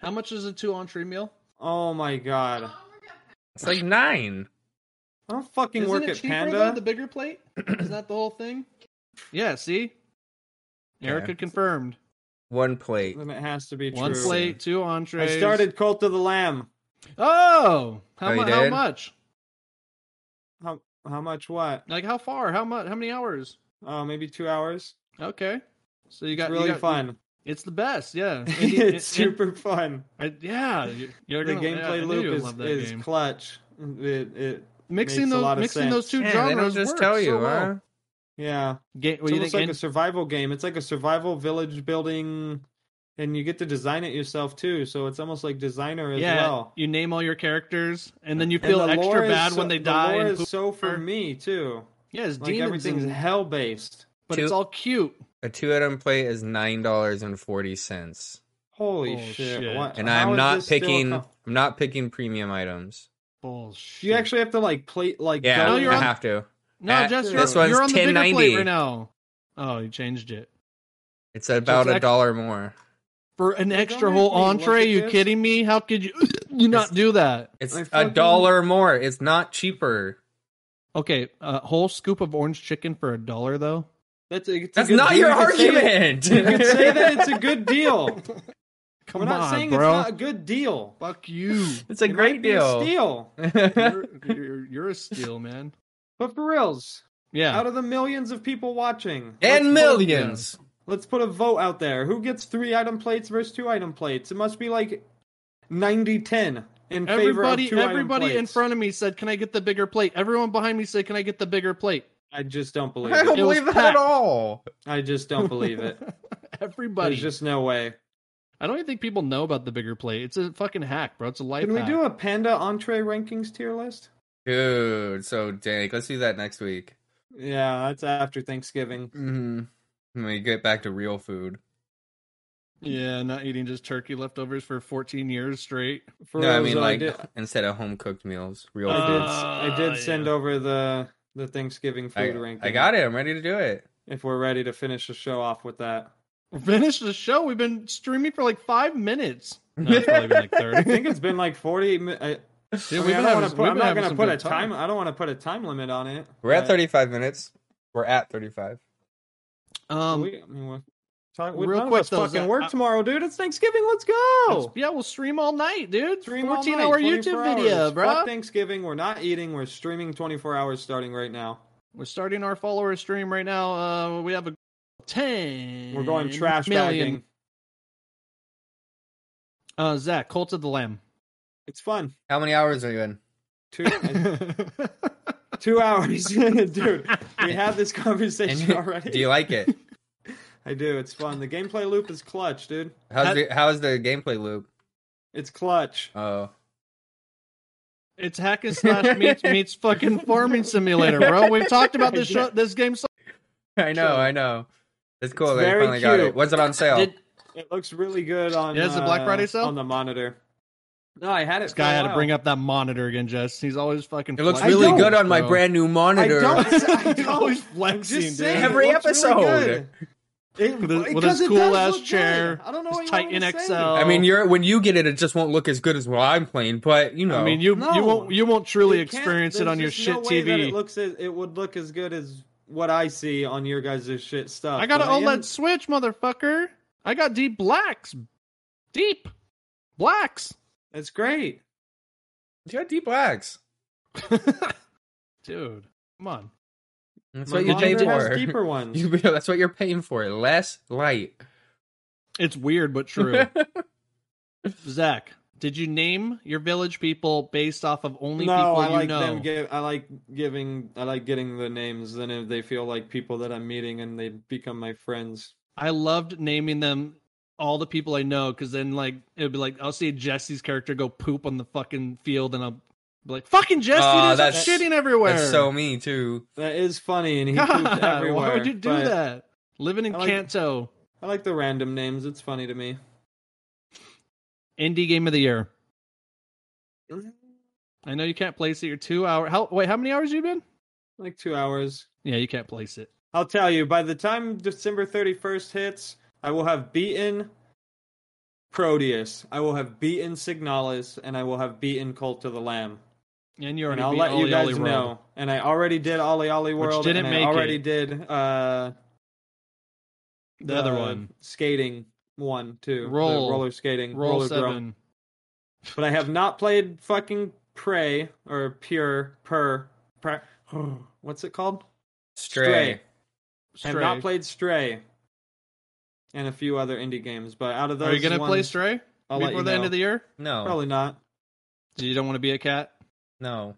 How much is a two entree meal?
oh my god.
It's like nine.
I don't fucking
Isn't
work
it
at
cheaper
Panda.
though? The bigger plate is that the whole thing? Yeah. See, Erica
Yeah.
confirmed.
One plate.
Then it has to be
One
true.
plate, two entrees.
I started Cult of the Lamb.
Oh, how,
Oh, you
mu- how
did?
much?
How how much? What?
Like how far? How much? How many hours?
Uh, maybe two hours.
Okay. So you
It's
got you
really
got-
fun.
It's the best. Yeah. And you- and-
it's super fun.
and- yeah. you- You're
The
gonna, yeah, I
gameplay
knew you would love
loop
that
is,
game.
is clutch. It, it,
mixing
makes a lot
those
of
mixing
sense.
those two
Yeah,
genres.
they don't just
works
tell
so
you,
well.
huh?
yeah.
Ga- what
It's
do you
almost
think?
like
An-
a survival game. It's like a survival village building, and you get to design it yourself too. So it's almost like designer as
yeah,
well.
you name all your characters, and then you feel
And the lore
extra
is
bad
so-
when they
the
die.
Lore
And
is so for
her.
me too.
yeah, it's
Like
demons,
everything's
and-
hell based.
but
Two-
it's all cute.
A two item plate is nine dollars and forty cents.
Holy
Bullshit.
shit! What-
And
how
I'm
is
not
this still a
picking
co-
I'm not picking premium items.
Bullshit.
You actually have to like plate like
Yeah,
go
No,
I
you're
in-
on-
have to.
no,
at-
Jess, you're,
this one's
you're on the bigger plate
10.90.
right now. Oh, you changed it
It's about
it's
a
act-
dollar more.
for an
Like,
extra
don't
whole
make me look
entree.
at
You
this.
kidding me? How could you you not
It's-
do that?
It's
I
a
fucking-
dollar more. It's not cheaper.
Okay, a whole scoop of orange chicken for a dollar though.
That's, a, it's a
That's
good
not
deal.
your
You could say-
argument.
You could say that it's a good deal.
Come
We're not
on,
saying
bro.
it's not a good deal.
Fuck you.
It's a
It
great
might be A
deal.
steal.
you're, you're, you're a steal, man.
But for reals,
Yeah.
out of the millions of people watching let's put a-
and millions.
let's put a vote out there who gets three item plates versus two item plates it must be like 90-10 in favor of
everybody
two item
everybody in
plates.
front of me said, "Can I get the bigger plate?" Everyone behind me said, "Can I get the bigger plate?"
i just don't believe
I don't
it
It was
believe that
packed.
at all.
i just don't believe it
everybody.
there's just no way
I don't even think people know about the bigger plate. It's a fucking hack, bro. It's a life
can we
hack.
do a panda entree rankings tier list
Dude, so dank. Let's do that next week.
Yeah, that's after Thanksgiving.
Mm-hmm. When we get back to real food.
Yeah, not eating just turkey leftovers for 14 years straight.
For
no, I
reals,
mean
though,
like
did,
instead of home cooked meals, real
I did,
food.
s- I did
Ah,
send
yeah.
over the the Thanksgiving
I,
food ranking.
I got it. I'm ready to do it.
If we're ready to finish the show off with that,
Finish the show. We've been streaming for like five minutes. No, it's probably been like
I
30.
think it's been like forty. mi- uh, I,
Dude,
I
we've
mean, I
been
don't
having,
wanna
some-
put,
we've
I'm
been
not
having
gonna
some
put
good
a time. I don't want to put a time limit on it.
We're at
but
35 minutes. We're at 35.
Um,
we, I mean, we're, talk, we,
real
none of
quick,
us
though,
fucking
Zach,
work
I-
tomorrow, dude. It's Thanksgiving. Let's go.
yeah, we'll stream all night, dude.
Stream all
14
night,
hour
24
YouTube
hours.
video,
Fuck
bro.
Thanksgiving. We're not eating. We're streaming 24 hours starting right now.
We're starting our follower stream right now. Uh, we have a 10.
We're going trash
million.
bagging.
Uh, Zach, Cult of the Lamb.
It's fun.
How many hours are you in?
Two two hours, dude. We had this conversation already.
do you like it?
I do. It's fun. The gameplay loop is clutch, dude.
How's
Have-
the how's the gameplay loop?
It's clutch.
Oh,
It's hack and slash meets, meets fucking farming simulator, bro. We've talked about this show, this game. So-
I know, I know. It's cool.
It's
that you
very
finally got it.
cute.
Was it on sale?
Did
It looks really good on.
Yeah, is it Black
uh,
Friday sale?
on the monitor? No, I had it.
this guy had to bring up that monitor again, Jess? He's always fucking.
it looks
flexing,
really
don't,
good on my
bro.
brand new monitor.
I don't. I
He's always
don't. I'm
flexing,
just
dude.
saying. it
Every
looks really
episode.
good. It,
With his- with
because
his
it does
cool-ass
look good.
chair,
I don't know
his
what you
tight
want me to say.
NXL.
I mean, you're when you get it, it just won't look as good as what I'm playing. But you know,
I mean, you you
No.
won't you won't truly
It can't-
experience it
there's
on your
just
shit
no way that
TV.
It looks as, it would look as good as what I see on your guys' shit stuff.
I got an
But
OLED
am-
Switch, motherfucker. I got deep blacks, deep blacks.
It's great.
you got deep blacks.
Dude, come on.
That's
My
what you pay
monitor has
for.
deeper ones.
You, that's what you're paying for. Less light.
It's weird but true. Zach, did you name your village people based off of only
no,
people
I
you
like
know?
them. Give, I like giving. I like getting the names. Then if they feel like people that I'm meeting, and they become my friends.
I loved naming them all the people I know because then like it'd be like I'll see Jesse's character go poop on the fucking field and I'll be like fucking Jesse,
Aw,
there's
that's-
shitting everywhere.
That's so me too.
That is funny, and he
God,
pooped everywhere.
why would you do
but
that? Living in
I like-
Kanto,
I like the random names. It's funny to me.
indie game of the year. I know you can't place it. You're two hour. How wait? How many hours you been?
Like two hours.
Yeah, you can't place it.
I'll tell you. By the time December 31st hits, I will have beaten Proteus. I will have beaten Signalis, and I will have beaten Cult of the Lamb.
And you
And
already
I'll
beat
let
Oli
you guys
Oli World.
know. And I already did Ollie Ollie
Which
World.
didn't
and
make
I already
it.
did uh,
The other one.
skating one too. The
Roll.
roller skating,
Roll
roller
seven.
drum. But I have not played fucking Prey or Pure Per. per what's it called? I
Stray.
have
Stray.
not played Stray and a few other indie games, but out of those,
Are you gonna
ones,
play Stray
I'll let
before
you
the end
know.
of the year?
No,
Probably not.
So you don't want to be a cat.
no.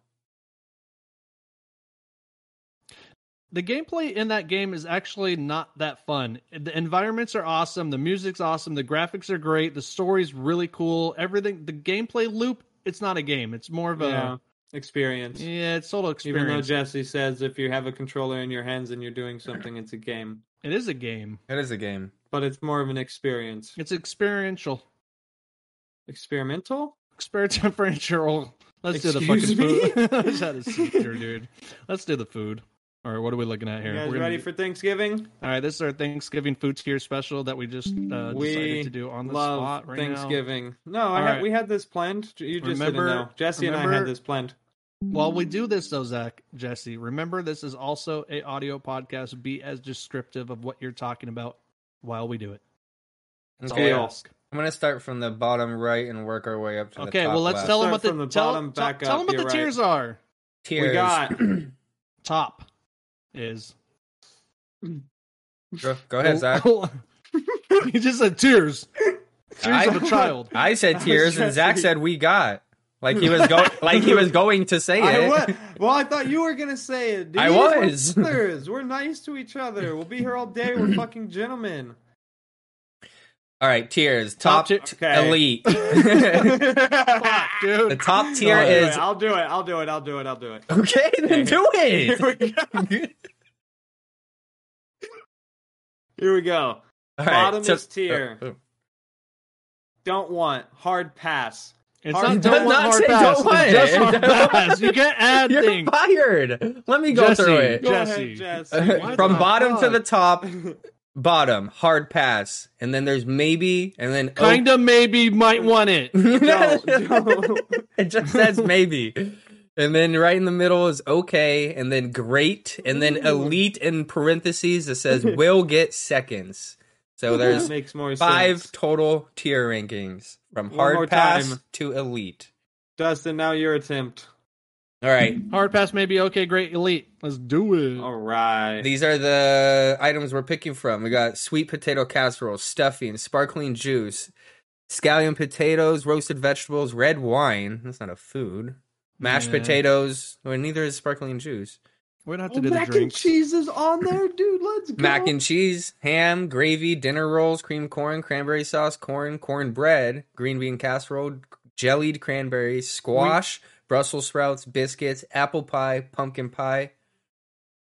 the gameplay in that game is actually not that fun. The environments are awesome, the music's awesome, the graphics are great, the story's really cool. Everything, the gameplay loop, it's not a game. It's more of
yeah,
a
experience.
yeah, it's solo
Even though
experience.
Jesse says if you have a controller in your hands and you're doing something, it's a game,
it is a game.
That is a game.
but it's more of an experience.
It's experiential.
Experimental?
Experiential. Let's do the
Excuse
fucking food. Let's have a seizure, dude. Let's do the food. All right, what are we looking at here?
you guys
We're gonna
ready
do-
for Thanksgiving?
All right, this is our Thanksgiving food tier special that we just uh,
We
decided to do on the
Love
spot right now.
Thanksgiving. No, I
All
had,
right.
we had this planned. You just
Remember-
didn't know. Jesse and I had
remember-
this planned.
While we do this, though, Zach, Jesse, remember this is also a audio podcast. Be as descriptive of what you're talking about while we do it. That's all I
Okay,
Deal.
ask.
I'm gonna start from the bottom right and work our way up to the
Okay,
top
well, let's
left.
tell them
Start
what the,
from the
tell,
bottom
tell-
back
tell
up,
'em what the
you're
tiers are.
Tiers.
We got.
Top is
go, go
Oh,
ahead, Zach.
he just said tears. Tears
I-
of a child.
I said tears, and Zach
Jesse.
said we got. Like he was going, like he was going to say
I
it.
wa- well, I thought you were gonna say it. dude.
I
We're
was.
brothers. We're nice to each other. We'll be here all day. We're fucking gentlemen.
All right, tiers. Top,
tier-
t-
Okay.
elite. the
Fuck,
I'll
dude.
top tier
do it.
is
I'll do it. I'll do it. I'll do it. I'll do it.
okay. Then do
Here
it.
we go. Here we go.
All
Bottomless
so-
tier.
oh, oh.
Don't want hard pass.
It's
Hard-
not don't
Does
want
not
hard
say
pass.
don't want
it's just
it.
hard pass. You can't add
You're
things.
fired. Let me go
Jesse.
through it.
Go
Jesse.
ahead, Jesse.
Why
From
the
bottom to
fuck?
the top, bottom, hard pass, and then there's maybe, and then oh-
Kinda maybe might want it.
don't, don't.
It just says maybe. And then right in the middle is okay, and then great, and then elite in parentheses that says will get seconds. So
That
there's
makes more
five
sense.
total tier rankings from
One more
hard pass
time.
to elite.
Dustin, now your attempt.
All right.
Hard pass maybe okay, great elite. Let's do it.
All right.
These are the items we're picking from. We got sweet potato casserole, stuffing, sparkling juice, scallion potatoes, roasted vegetables, red wine. That's not a food. Mashed
Yeah.
potatoes. Well, neither is sparkling juice.
We don't have to
Oh,
do
mac
the
and
drinks.
cheese is on there, dude. Let's go.
Mac and cheese, ham, gravy, dinner rolls, cream corn, cranberry sauce, corn, corn bread, green bean casserole, jellied cranberries, squash, Brussels sprouts, biscuits, apple pie, pumpkin pie,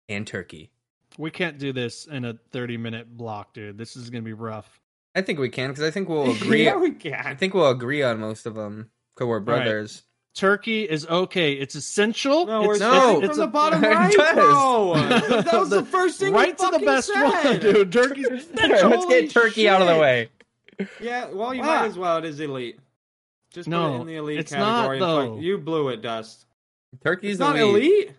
and turkey.
We can't do this in a 30 minute block, dude. This is gonna be rough.
I think we can because I think we'll agree.
yeah, we
I
can.
think we'll agree on most of them. Cause we're brothers.
Turkey is okay. It's essential.
No, we're
it's,
no.
starting
it's,
from
it's
the
a,
bottom
It
right,
does.
bro. That was the
The-
first thing
right
you
to the
fucking
best one,
said.
dude. Turkey's
All right, let's
Holy
get turkey out of the
shit.
way.
Yeah, well, you
Wow.
might as well. It is elite. Just put it
No,
in the elite
it's not,
category. and fuck-
though.
you blew it, Dust.
Turkey's
it's not
elite.
elite.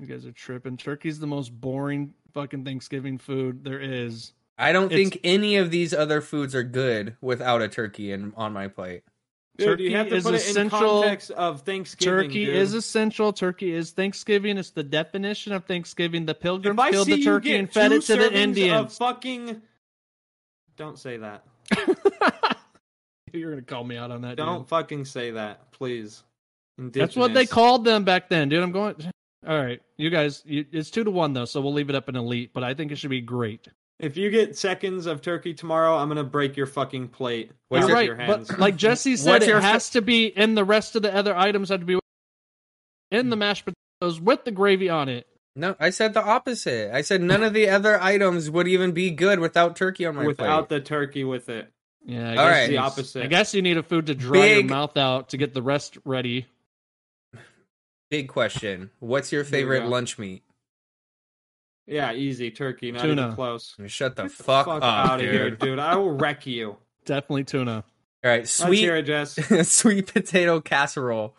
You guys are tripping. Turkey's the most boring fucking Thanksgiving food there is.
I don't
It's-
think any of these other foods are good without a turkey in, on my plate.
Dude,
Turkey
you have to
is
put it
essential.
in context of Thanksgiving.
Turkey
dude.
is essential. Turkey is Thanksgiving. It's the definition of Thanksgiving. The pilgrims
If I
killed
see
the
you
turkey
get
and fed
two
it to
servings
the
Of
Indians.
fucking. Don't say that.
You're gonna call me out on that.
Don't
dude.
fucking say that, please.
That's what they
Indigenous.
called them back then, dude. I'm going. All right, you guys. You, it's two to one though, so we'll leave it up in elite. But I think it should be great.
If you get seconds of turkey tomorrow, I'm gonna break your fucking plate.
What's
out
You're
your-
of
right,
your hands.
but like Jesse said,
What's
it
your fa-
has to be in the rest of the other items have to be in the mashed potatoes with the gravy on it.
No, I said the opposite. I said none of the other items would even be good without turkey on my
without
plate.
the turkey with it.
Yeah, I
All
guess
right.
It's the
Yes.
opposite.
I guess you need a food to dry your
Big-
mouth out to get the rest ready.
Big question. What's your
we
favorite
go.
lunch meat?
Yeah, easy turkey, not
Tuna.
even close.
Shut the
Get
fuck, up,
outta
dude.
here, dude. I will wreck you.
Definitely tuna.
All right,
Let's hear
sweet
it, Jess.
sweet potato casserole.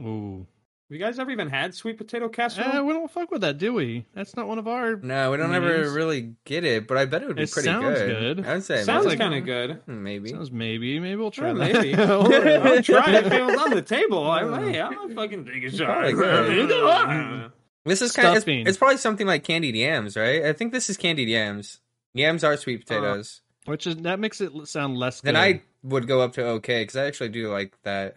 Ooh,
You guys ever even had sweet potato
eh,
casserole?
we don't fuck with that, do we? That's not one of our.
No, we don't ever
Means-
really get it, but I bet it would be
It
pretty
sounds
good.
good.
I would say
Sounds
maybe. Hmm,
like-
kind of good.
maybe.
Sounds maybe. Maybe we'll try
Oh,
that.
maybe.
All right.
I'll try it. If it was on the table, I might. I might fucking take a
Probably
shot.
good. Mm-hmm. This is kind of it's,
Stuffing.
it's probably something like candied yams, right? I think this is candied yams. Yams are
Uh,
sweet potatoes.
Which is that makes it l- sound less.
then
good.
I would go up to okay because I actually do like that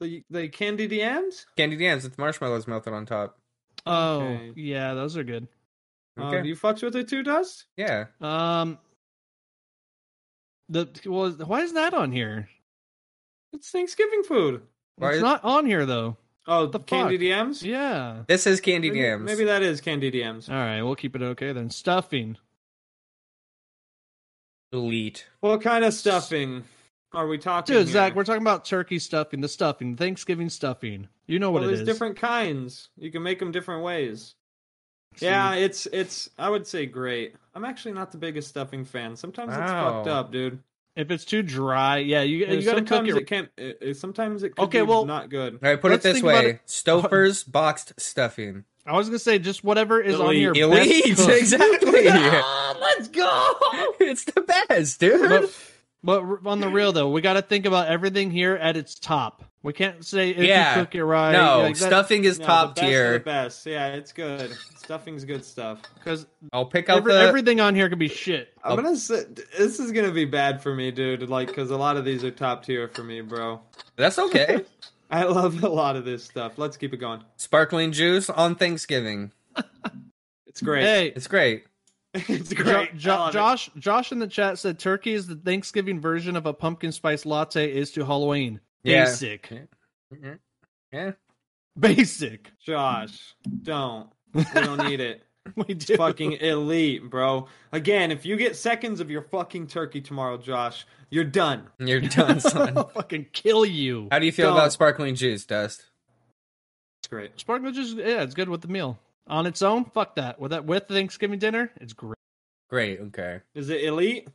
the the candy DMs.
candied yams with marshmallows melted on top.
Oh
Okay.
yeah, those are good.
Okay.
Um, you fucks with it too, Dust?
yeah.
Um, the well, why is that on here?
It's Thanksgiving food.
Why
it's
is-
not on here though.
Oh,
The
the candy
fuck?
DMs.
Yeah.
This is candied
maybe,
yams.
Maybe that is candy DMs.
All right, we'll keep it okay then. Stuffing.
elite.
What kind of stuffing are we talking?
Dude,
here?
Zach, we're talking about turkey stuffing, the stuffing, Thanksgiving stuffing. You know what it
well, there's
is.
different kinds. You can make them different ways.
See,
Yeah, it's it's. I would say great. I'm actually not the biggest stuffing fan. Sometimes it's
Wow.
fucked up, dude.
If it's too dry, yeah, you,
Or
you gotta cook
sometimes
it.
it can't. It, it- sometimes it could
Okay,
be
well-
not good.
All right, put
Let's
it this
think about
way: Stouffer's boxed stuffing.
I was gonna say just whatever is on
Elite.
your best
Elite,
cook.
exactly.
Ah, let's go.
it's the best, dude.
But, but r- on the real though, we gotta think about everything here at its top. We can't say if
Yeah.
you cook it right.
no,
like that-
stuffing is
No,
top
the best of The
tier.
best. Yeah, it's good. Stuffing's good stuff.
'cause
I'll pick out
every,
the.
everything on here could be shit.
I'm gonna say this is gonna be bad for me, dude. Like, cause a lot of these are top tier for me, bro.
That's okay.
I love a lot of this stuff. Let's keep it going.
Sparkling juice on Thanksgiving.
It's great.
Hey,
It's great.
it's
Jo-
great.
Jo-
I love it.
Josh, Josh in the chat said turkey is the Thanksgiving version of a pumpkin spice latte is to Halloween.
Yeah. Mm-hmm.
Basic,
Yeah.
basic.
Josh, don't. We don't need it.
we do.
fucking elite, bro. Again, if you get seconds of your fucking turkey tomorrow, Josh, you're done.
You're done, son.
I'll fucking kill you.
How do you feel
Don't.
about sparkling juice, Dust?
It's great.
Sparkling just yeah, it's good with the meal on its own. Fuck that. With that with Thanksgiving dinner, it's great.
Great. Okay.
Is it elite?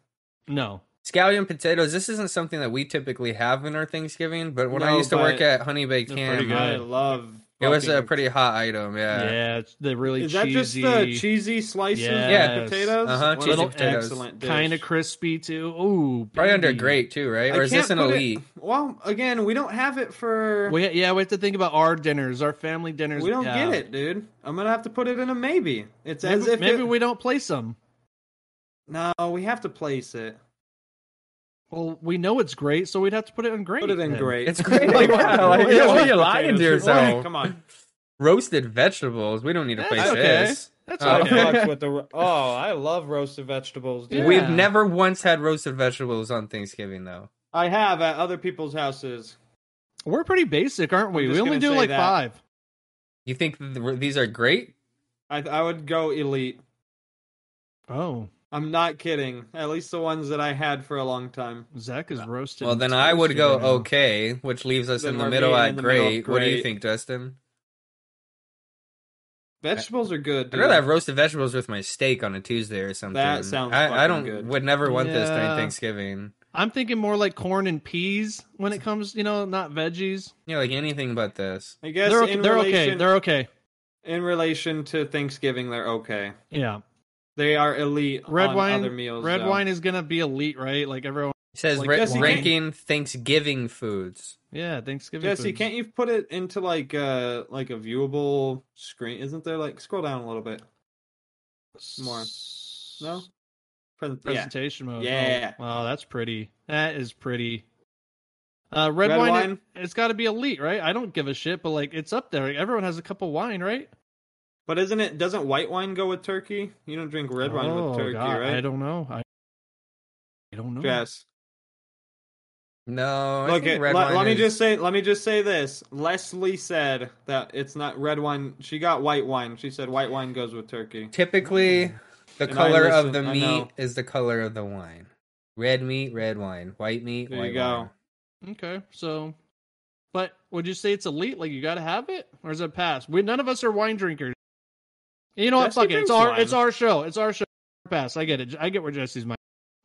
No,
Scallion potatoes. This isn't something that we typically have in our Thanksgiving, but when I
No,
used to
but
work at Honey Baked
they're pretty
Ham, uh,
good.
I love.
it was a
fucking-
pretty hot item. Yeah.
yeah, it's the really
Is that just
cheesy,
the cheesy slices
Yes.
of potatoes?
Uh-huh,
What
cheesy
an
potatoes.
Excellent dish.
kind of crispy too. Ooh,
Probably under
baby.
great too, right?
I
Or is this an
can't put it-
elite?
Well, again, we don't have it for. We,
We, yeah, we have to think about our dinners, our family dinners.
don't
yeah.
get it, dude. I'm gonna have to put it in a maybe. It's as
Maybe,
if
maybe
it-
we don't place them.
No, we have to place it.
Well, we know it's great, so we'd have to put it on great.
Put it in
then.
great.
It's great. Like, wow, like,
Yeah,
what are you
potatoes.
lying to yourself?
Come on.
Roasted vegetables. We don't need to
That's
place
okay.
this.
That's
Oh.
I
okay.
fucks with the. Oh, I love roasted vegetables, dude.
Yeah.
We've never once had roasted vegetables on Thanksgiving though.
I have at other people's houses.
We're pretty basic, aren't we?
I'm
We
just
only
gonna
do
say
like
that.
five.
You think th- these are great?
I I would go elite.
Oh,
I'm not kidding. At least the ones that I had for a long time.
Zach is roasted.
Well,
and
then I would
toasty
go
right now.
okay, which leaves us
Then
in the
we're
middle
being
at
in the middle of
great. What do you
great.
think, Dustin?
Vegetables are good.
I'd
Dude.
rather have roasted vegetables with my steak on a Tuesday or something.
That sounds
I, I
fucking
don't
good.
would never want this during
Yeah.
Thanksgiving.
I'm thinking more like corn and peas when it comes, you know, not veggies.
Yeah, like anything but this.
I guess
they're okay.
in
They're okay.
relation
They're okay.
in relation to Thanksgiving, they're okay.
Yeah.
They are elite.
Red
on
wine.
other meals.
red
though.
wine is gonna be elite, right? Like everyone.
It says
Like
ra-
Jesse, can't-
ranking Thanksgiving foods.
Yeah. Thanksgiving.
Jesse,
foods.
can't you put it into like uh like a viewable screen? Isn't there like scroll down a little bit? more? No. Pre- yeah.
Presentation mode.
Yeah.
Oh, wow, that's pretty. That is pretty. Uh, red,
Red
wine.
wine?
It, has got to be elite, right? I don't give a shit, but like it's up there. everyone has a cup of wine, right?
But isn't it? Doesn't white wine go with turkey? You don't drink red wine
Oh,
with turkey,
God,
right?
I don't know. I, I don't know.
Yes.
No, I
Look,
think
it-
red
let,
wine
let me
is-
just say, let me just say this. Leslie said that it's not red wine. She got white wine. She said white wine goes with turkey.
typically the
Mm. And I
color of
listen-
the
I
meat
know.
is the color of the wine. Red meat, red wine. White meat,
There you
white
go.
wine.
Okay, so, but would you say it's elite? Like you got to have it, or is it pass? We none of us are wine drinkers. You know what?
Jesse
Fuck it. It's
drinks
our
wine.
it's our show. It's our show. Pass. I get it. I get where Jesse's mind.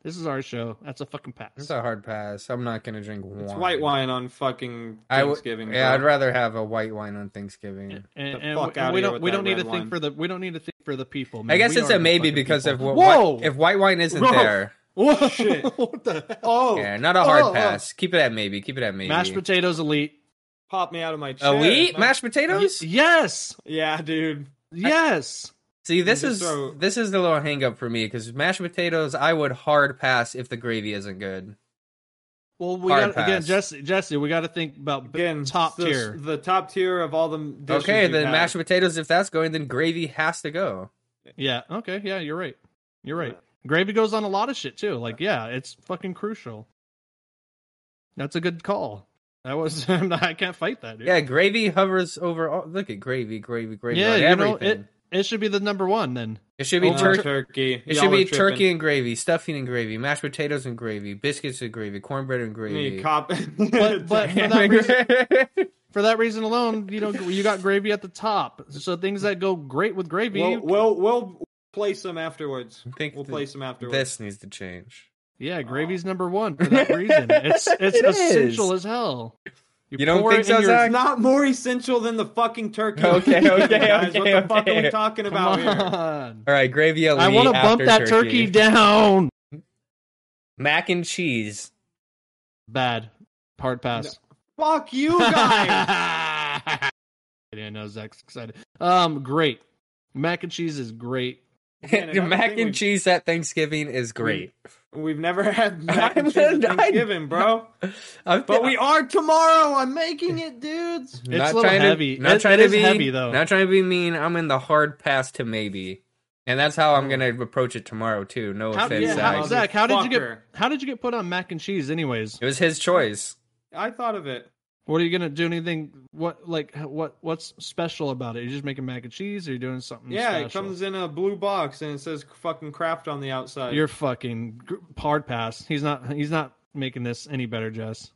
This is our show. That's a fucking pass.
It's a hard pass. I'm not gonna drink wine.
It's white wine on fucking
I would-
Thanksgiving.
Yeah, I'd
bro.
rather have a white wine on Thanksgiving.
and, and,
The
and
fuck
we-
outta
we
here
don't
with
we
that
don't need to
red
think
wine.
for the we don't need to think for the people.
I
man.
guess
We
it's
are
a
the
maybe
fucking
because
people.
if
whoa
if white wine isn't
Whoa!
there,
whoa
Shit.
what the hell?
Oh,
yeah, not a hard
Oh, oh.
pass. Keep it at maybe. Keep it at maybe.
Mashed potatoes elite.
pop me out of my chair.
elite
man.
mashed potatoes.
Yes,
Yeah, dude.
yes.
See, this
Just
is
throw-
this is the little hang up for me because mashed potatoes, I would hard pass if the gravy isn't good.
Well, we
Hard
got again,
pass.
Jesse. Jesse, we got to think about b-
Again,
top
the,
tier.
The top tier of all the dishes.
okay,
you've
then
had.
mashed potatoes. If that's going, then gravy has to go.
Yeah. Okay. Yeah, you're right. You're right. Gravy goes on a lot of shit too. Like, yeah, it's fucking crucial. That's a good call. That was I'm not, I can't fight that. Dude.
Yeah, gravy hovers over. All, look at gravy, gravy, gravy.
Yeah,
on
you know,
everything. it,
It should be the number one then.
should be
Over
turkey.
turkey.
It
Y'all
should
are
be
tripping.
turkey and gravy, stuffing and gravy, mashed potatoes and gravy, biscuits and gravy, cornbread and
You need
gravy.
cop.
But- but for that For that reason alone, you know, you got gravy at the top. So things that go great with gravy.
we'll, we'll we'll place them afterwards.
I think
We'll
th-
place them afterwards.
this needs to change.
yeah, gravy's number one for that reason. It's it's
It is.
essential as hell.
You don't
pour
think
it
so,
in your-
Zach?
It's not more essential than the fucking turkey.
Okay,
Come on,
okay,
guys, What
okay,
the fuck
okay.
are we talking
Come
about here?
on.
All right, gravy.
I
want to
bump that turkey down.
Mac and cheese.
Bad. Hard pass.
Fuck you guys.
I know Zach's excited. Um, great. Mac and cheese is great.
Man, another
Mac
thing
and
we-
cheese at Thanksgiving is great.
We've never had mac and
I'm
cheese at
gonna- I-
Thanksgiving, bro.
I've
But we are tomorrow. I'm making it, dudes.
It's a little heavy.
To, not
It-
trying
it
to
is
be
heavy, though.
Not trying to be mean. I'm in the hard pass to maybe, and that's how I'm gonna approach it tomorrow too. No
Oh. How,
offense,
yeah,
Zach.
how, Zach, how did you get
Motherfucker.
how did you get put on mac and cheese anyways?
It was his choice.
I thought of it.
What are you gonna do? Anything? What like what what's special about it? You're just making mac and cheese, or you're doing something?
Yeah, it
special?
comes in a blue box and it says fucking craft on the outside.
You're fucking gr- hard pass. He's not. He's not making this any better, Jess.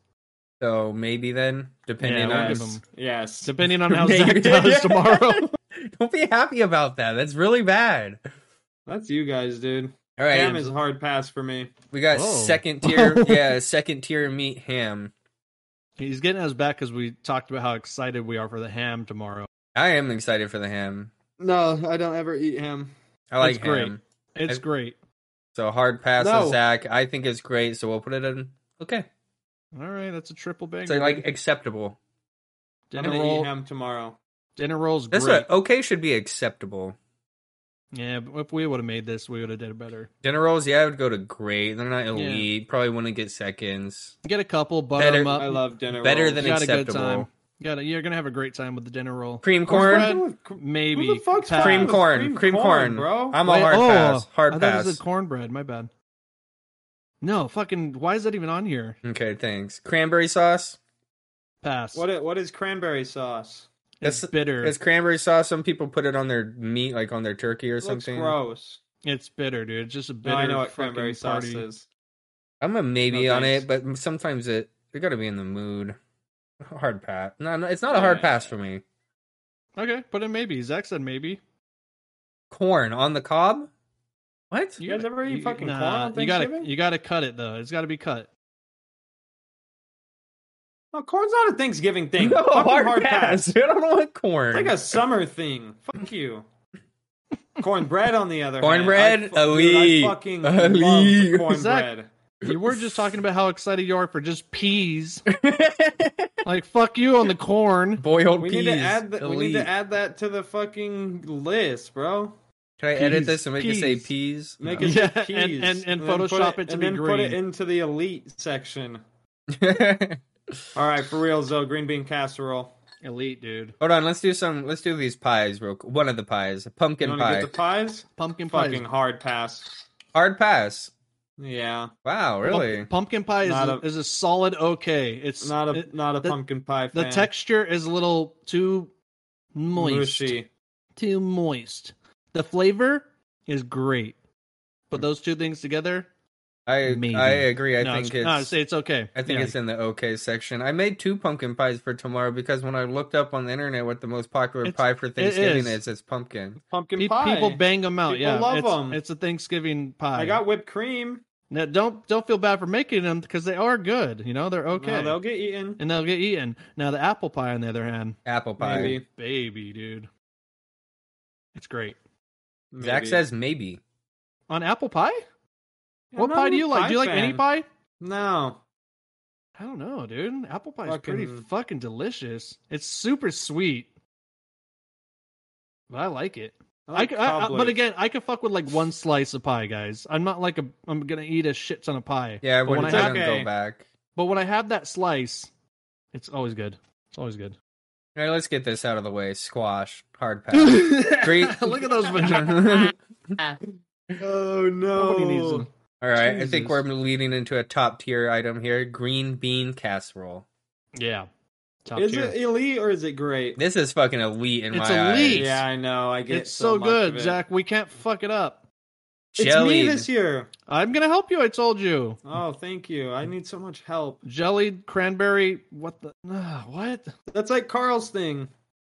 So maybe then, depending
Yeah, we'll
on
give 'em-
yes.
Depending on how Zach
Maybe.
does tomorrow.
Don't be happy about that. That's really bad.
That's you guys, dude.
All right,
Ham is a hard pass for me.
we got
Oh.
second tier. yeah, second tier meat ham.
He's getting us back because we talked about how excited we are for the ham tomorrow.
I am excited for the ham.
No, I don't ever eat ham.
I like
That's great.
ham.
It's
I-
great.
So hard pass to
No.
Zach. I think it's great. So we'll put it in. Okay,
All right, that's a triple banger.
so like acceptable.
I'm
dinner
gonna
roll.
eat ham tomorrow.
Dinner rolls
That's
great.
what okay should be acceptable.
Yeah, but if we would have made this, we would have did it better.
Dinner rolls, yeah, I would go to great. They're not elite. Probably wouldn't get seconds.
Get a couple, butter
Better-
them up.
I love dinner.
Better
rolls.
than
you got a good
acceptable.
time. You Got a, you're gonna have a great time with the dinner roll.
Cream
Who's
corn,
fucking with cr-
Maybe
Who the fuck's
pass.
fucking
cream
with
corn, cream corn.
bro.
I'm
Wait,
a hard
oh,
pass. Hard
I thought
pass.
this is cornbread. My bad. No, fucking. Why is that even on here?
Okay, thanks. Cranberry sauce.
Pass.
What? i- What is cranberry sauce?
it's
it's-
bitter.
It's
It's,
cranberry sauce. Some people put it on their meat, like on their turkey or
It looks
something.
gross.
bitter, dude. It's just a
No,
bitter.
I know what
fucking
cranberry sauce
party.
is.
I'm a maybe
No,
on
thanks.
it, but sometimes it you got to be in the mood. Hard pass. No, no, it's not a hard
Yeah.
pass for me.
Okay, put in maybe. Zach said maybe.
Corn on the cob. What?
You guys ever eat fucking corn
nah,
on
you gotta
Thanksgiving?
you gotta cut it though. It's gotta be cut.
No, corn's not a Thanksgiving thing.
No,
fucking hard, pass.
Dude, I don't want corn.
It's like a summer thing. Fuck you. Cornbread on the other
Cornbread?
hand. I fu- dude, I
Ali.
fucking
Ali.
love cornbread.
You were just talking about how excited you are for just peas. like fuck you on the corn.
boiled
We
peas.
need to add that. We need
Elite.
to add that to the fucking list, bro.
Can I edit
Peas.
this and make it say
Peas.
peas?
Make
No.
it
Yeah,
say peas
and- and- and
then put
Photoshop it to
and
be
then put it
green.
into the elite section. All right, for real, though, green bean casserole.
Elite, dude.
Hold on, let's do some. Let's do these pies real. quick. One of the pies,
You
pumpkin
want to
pie,
get the pies?
Pumpkin pie. is-
Fucking hard pass.
hard pass.
Yeah,
Wow,
pump-
really?
pumpkin pie is
Not
a,
a-
is a solid okay. It's
not a
it-
not a
the-
pumpkin pie.
the
fan.
texture is a little too moist.
Mushy.
too moist. The flavor is great,
Hmm.
but those two things together,
I
Maybe.
I agree. I
no,
think
it's,
it's.
no, it's, it's okay.
I think
Yeah.
it's in the okay section. I made two pumpkin pies for tomorrow because when I looked up on the internet what the most popular
It's-
pie for Thanksgiving
is.
is, it's pumpkin.
Pumpkin
Pe-
pie.
people bang them out.
People
yeah,
love
it's,
'em.
it's a Thanksgiving pie.
I got whipped cream.
now, don't don't feel bad for making them because they are good. You know they're okay,
No, they'll get eaten.
and they'll get eaten. Now the apple pie, on the other hand,
Apple pie.
Maybe.
baby dude, it's great.
Zach
Maybe.
says maybe.
On apple pie,
I'm
what
not
pie
a
do you like?
pie
Do you like any
fan.
pie?
No.
I don't know, dude. Apple pie is pretty
Fucking-
fucking delicious. It's super sweet, but I like it. I,
like
c- I- I-
cobbler.
but again, I could fuck with like one slice of pie, guys. I'm not like a I'm gonna eat a shit ton of pie.
Yeah, I
But when
wouldn't
I
let
have-
him
Okay.
go back.
But when I have that slice, it's always good. It's always good.
All right, let's get this out of the way. Squash, hard pass. Three-
Look at those vaginas.
All
Oh no.
Nobody needs them.
right, I
Jesus.
think we're leading into a top tier item here: green bean casserole.
Yeah, top
Is
tier.
it elite or is it great?
This is fucking elite in
It's
my
elite.
eyes.
Yeah, I know. I get
it's so,
much of
good,
it.
Zach. We can't fuck it up.
It's
Jellied.
me this year.
I'm gonna help you. I told you.
Oh, thank you. I need so much help.
Jellied cranberry. What the? ah, what?
That's like Carl's thing.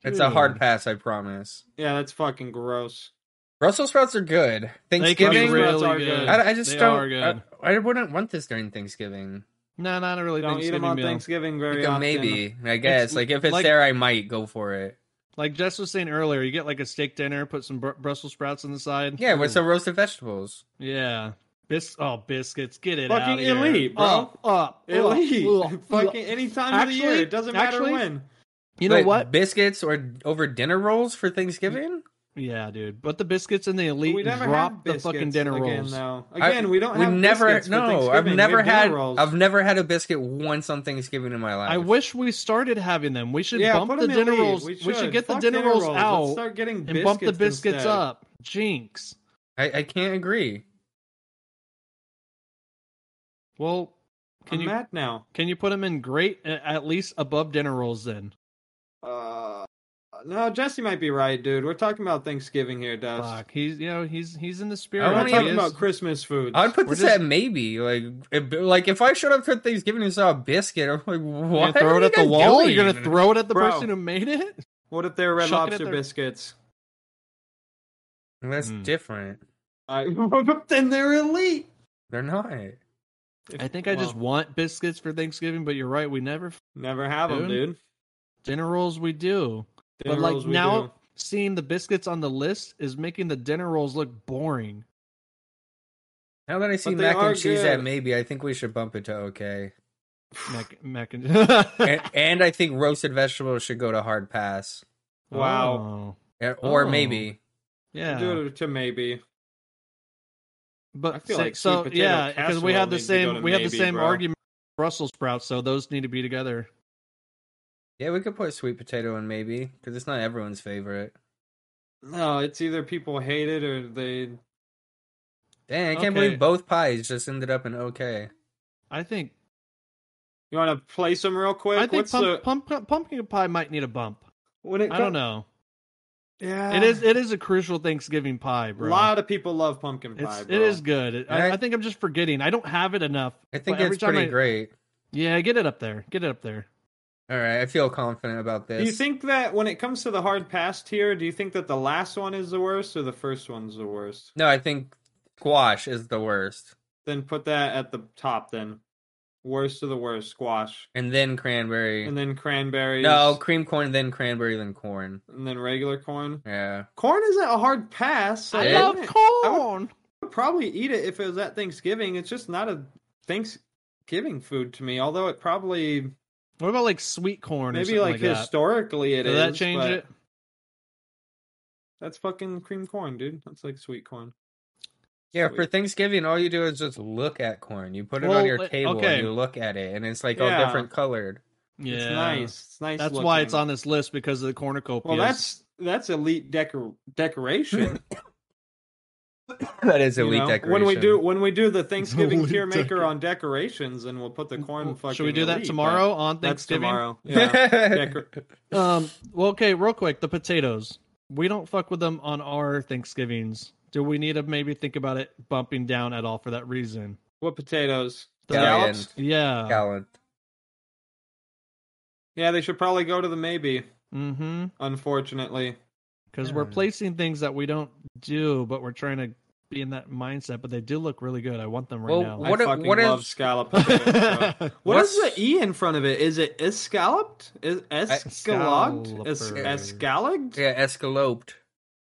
It's a hard
Dude.
pass, I promise.
Yeah, that's fucking gross.
Brussels sprouts are good.
They can be
Thanksgiving,
real-
really
are
good.
good.
I, I just
They
don't.
are good.
I, I wouldn't want this during Thanksgiving.
No, not really.
Don't eat
Thanksgiving
them on
meal.
Thanksgiving very
Like a
often.
maybe, I guess.
It's
like if it's
like-
there, I might go for it.
Like Jess was saying earlier, you get like a steak dinner, put some br- Brussels sprouts on the side.
Yeah, with some roasted vegetables.
yeah, bis oh biscuits, get it
Fucking
out of here. Oh,
elite, bro.
Up, up,
Elite.
up, up.
fucking any time of the
Actually-
year. It doesn't matter
actually-
when.
You know
Wait,
what?
Biscuits or over dinner rolls for Thanksgiving?
Yeah, dude. But the biscuits and the elite
We never
drop
have
the fucking
biscuits
dinner
again,
rolls.
Though. Again, we don't
We
have
never.
biscuits for
No, I've
Thanksgiving. We have
never
dinner
had.
rolls.
I've never had a biscuit once on Thanksgiving in my life.
I wish we started having them. We should
yeah,
bump
put
the
them in
dinner
lead.
rolls.
We should,
get the
Fuck
dinner, rolls,
Let's
out
start getting
and bump the biscuits
instead.
up. Jinx.
I, I can't agree.
Well, Can
I'm
you
mad now.
can you put them in great a- at least above dinner rolls then?
Uh, no, Jesse might be right, dude. We're talking about Thanksgiving here, Dust.
Fuck, he's you know he's he's in the spirit.
We're
I
not
wanna
He
talking
eat-
is.
about Christmas foods.
I would put
We're
this
just-
at maybe. Like, if, like if I showed up for Thanksgiving and saw a biscuit, I'm like,
You're
what?
gonna throw it at the wall. You're gonna throw it at the
Bro.
person who made it.
What if they're
Chuck
Red
it at
Lobster
their-
biscuits?
That's
Mm.
different.
I, then they're elite.
They're not.
I think I just
Well,
want biscuits for Thanksgiving, but you're right. We never
never have
Dude.
them, dude.
dinner rolls. We do.
Dinner
but like
rolls we
now,
do.
seeing the biscuits on the list is making the dinner rolls look boring.
Now that I see
But they
mac
are
and cheese
good.
at maybe, I think we should bump it to okay.
Mac, mac and
and, and I think roasted vegetables should go to hard pass,
Wow.
Oh,
Eh, or
Oh.
maybe.
yeah.
do it to maybe.
But
I feel
say-
like sweet
so
potato
yeah, because we
casserole
have the
needs to go
same
to
we have the
maybe,
same
bro.
argument. Brussels sprouts, so those need to be together.
Yeah, we could put sweet potato in maybe because it's not everyone's favorite.
No, it's either people hate it or they.
Dang, I can't
Okay.
believe both pies just ended up in okay.
I think.
You want to place them real quick?
I think
What's
pump,
the
pump- pumpkin pie might need a bump.
when it
I don't know.
co- Yeah,
It is it is a crucial Thanksgiving pie,
A
bro.
lot of people love pumpkin pie.
it's,
bro.
It is good. It- I,
Right.
I think I'm just forgetting. I don't have it enough.
I think
but every
it's
time
pretty
I-
great.
Yeah, get it up there. Get it up there.
All right, I feel confident about this.
Do you think that when it comes to the hard pass tier, do you think that the last one is the worst or the first one's the worst?
No, I think squash is the worst,
Then put that at the top. Then worst of the worst, squash,
and then cranberry.
and then cranberries.
no, cream corn, then cranberry, then corn.
and then regular corn.
Yeah,
Corn isn't a hard pass. so
I
It-
love
wouldn't-
corn.
would probably eat it if it was at Thanksgiving. It's just not a Thanksgiving food to me. Although it probably
What about like sweet corn? or
maybe
something
like,
like that?
historically it is.
Does that change
but
it?
That's fucking cream corn, dude. That's like sweet corn.
yeah. For
Sweet.
Thanksgiving, all you do is just look at corn. You put it
Well,
on your
it-
table
okay.
and you look at it, and it's like
Yeah.
all different colored.
Yeah,
It's nice. It's nice.
That's why it's
looking.
on this list because of the cornucopia.
Well, that's that's elite decor decoration.
that is
you
elite
know?
decoration.
When we do when we do the Thanksgiving
Elite
tier maker
decor-
on decorations, and we'll put the corn. Fucking
Should we do that
elite,
tomorrow on
but That's
Thanksgiving?
tomorrow. Yeah. Decor-
Um. Well, okay. Real quick, the potatoes. We don't fuck with them on our Thanksgivings. Do we need to maybe think about it bumping down at all for that reason?
what potatoes? The
Scallions.
scallops?
Yeah.
Gallant.
Yeah, they should probably go to the maybe.
Mm-hmm.
Unfortunately,
Because we're
Yeah.
placing things that we don't do, but we're trying to be in that mindset. But they do look really good. I want them right
Well,
now.
What
I
if-
fucking
what if-
love scallop potatoes. bro. What is
What's-
the e in front of it? Is it escalloped? Is escalloped? Es-
Excalibur.
escalloped?
Yeah, escalloped.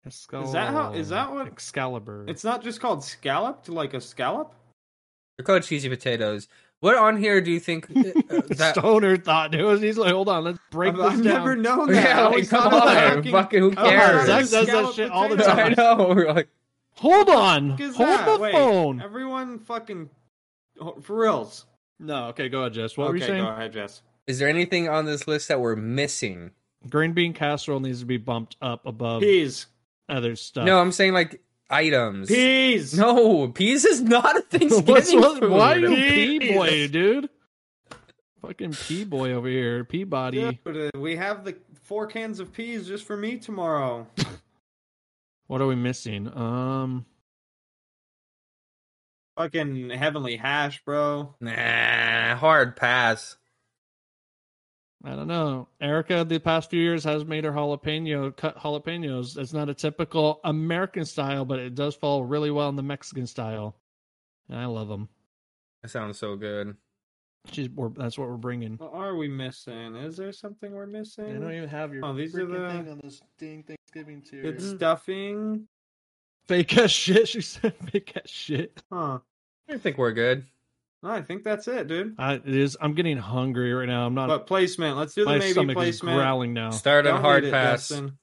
Excalibur.
Is that how- is that what-
Excalibur?
It's not just called scalloped like a scallop.
They're called cheesy potatoes. What on here do you think uh, that?
Stoner thought. Dude. He's like, hold on, let's break
I've,
this
I've
down.
never known that.
yeah,
I
like,
always
come
thought it was fucking-
on,
Oh,
fucking who
I
cares?
always thought it was
cares?
Zach does that
scalloped
shit all the
potatoes.
I know. We're like,
Hold on.
Fuck is
Hold
that?
the
Wait,
phone.
Everyone fucking oh, for reals.
No. Okay. Go ahead, Jess. What
okay,
were you saying?
go ahead, Jess.
is there anything on this list that we're missing?
Green bean casserole needs to be bumped up above
Peas,
other stuff.
No, I'm saying like items.
peas.
No, peas is not a Thanksgiving
What's, what,
food.
why are you
Peas.
pea boy, dude? Fucking pea boy over here, Peabody.
Dude, uh, we have the four cans of peas just for me tomorrow.
What are we missing? Um,
Fucking heavenly hash, bro.
Nah, hard pass.
I don't know. Erica, the past few years has made her jalapeno cut jalapenos. It's not a typical American style, but it does fall really well in the Mexican style, and I love them.
That sounds so good.
She's we're, that's what we're bringing.
What are we missing? Is there something we're
I
missing?
don't even have your
Oh, these are
freaking
the-
thing on this dang Thanksgiving tier.
Good stuffing.
Fake ass shit. She said fake ass shit.
Huh.
I think we're good.
No, I think that's it, dude.
I, it is. I'm getting hungry right now. I'm not.
But placement. Let's do the
my
maybe
stomach is
placement.
growling now.
Start on
Don't
hard
need it,
pass.
Dustin.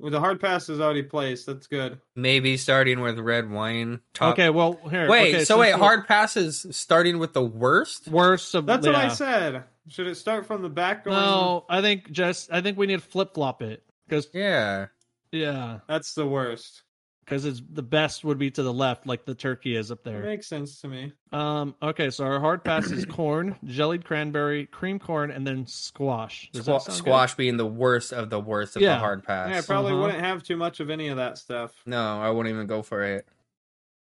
Well, the hard pass is already placed. That's good.
Maybe starting with red wine. Top.
Okay. Well, here.
Wait,
okay,
so
since
wait,
we're-
hard passes starting with the worst?
Worst of.
That's what I
yeah.
said. Should it start from the back? Going...
No, I think just. I think we need to flip flop it because
Yeah.
yeah,
That's the worst.
because it's the best would be to the left, like the turkey is up there.
Makes sense to me.
Um. Okay, so our hard pass is corn, jellied cranberry, cream corn, and then squash. Does that
Squa-
sound good?
squash being the worst of the worst of
Yeah.
the hard
Yeah, I
pass.
probably
Uh-huh.
wouldn't have too much of any of that stuff.
no, I won't even go for it.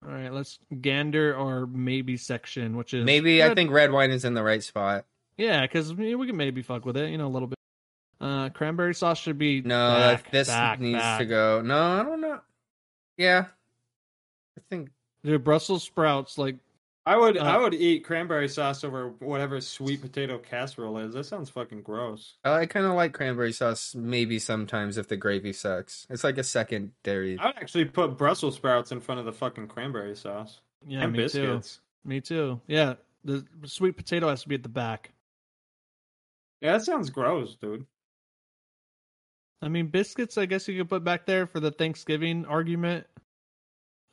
All right, let's gander our maybe section, which is
Maybe I
red-
think red wine is in the right spot.
yeah, because we can maybe fuck with it, you know, a little bit. Uh, cranberry sauce should be
No,
back,
that- this
back,
needs
back.
to go. No, I don't know. Yeah, I think
Dude, Brussels sprouts like
I would
Uh,
I would eat cranberry sauce over whatever sweet potato casserole is. That sounds fucking gross.
I kind of like cranberry sauce. Maybe sometimes if the gravy sucks, it's like a secondary.
I would actually put Brussels sprouts in front of the fucking cranberry sauce
yeah,
and
me
biscuits.
too, me too. Yeah, the sweet potato has to be at the back.
Yeah, that sounds gross, dude.
I mean, biscuits. I guess you could put back there for the Thanksgiving argument.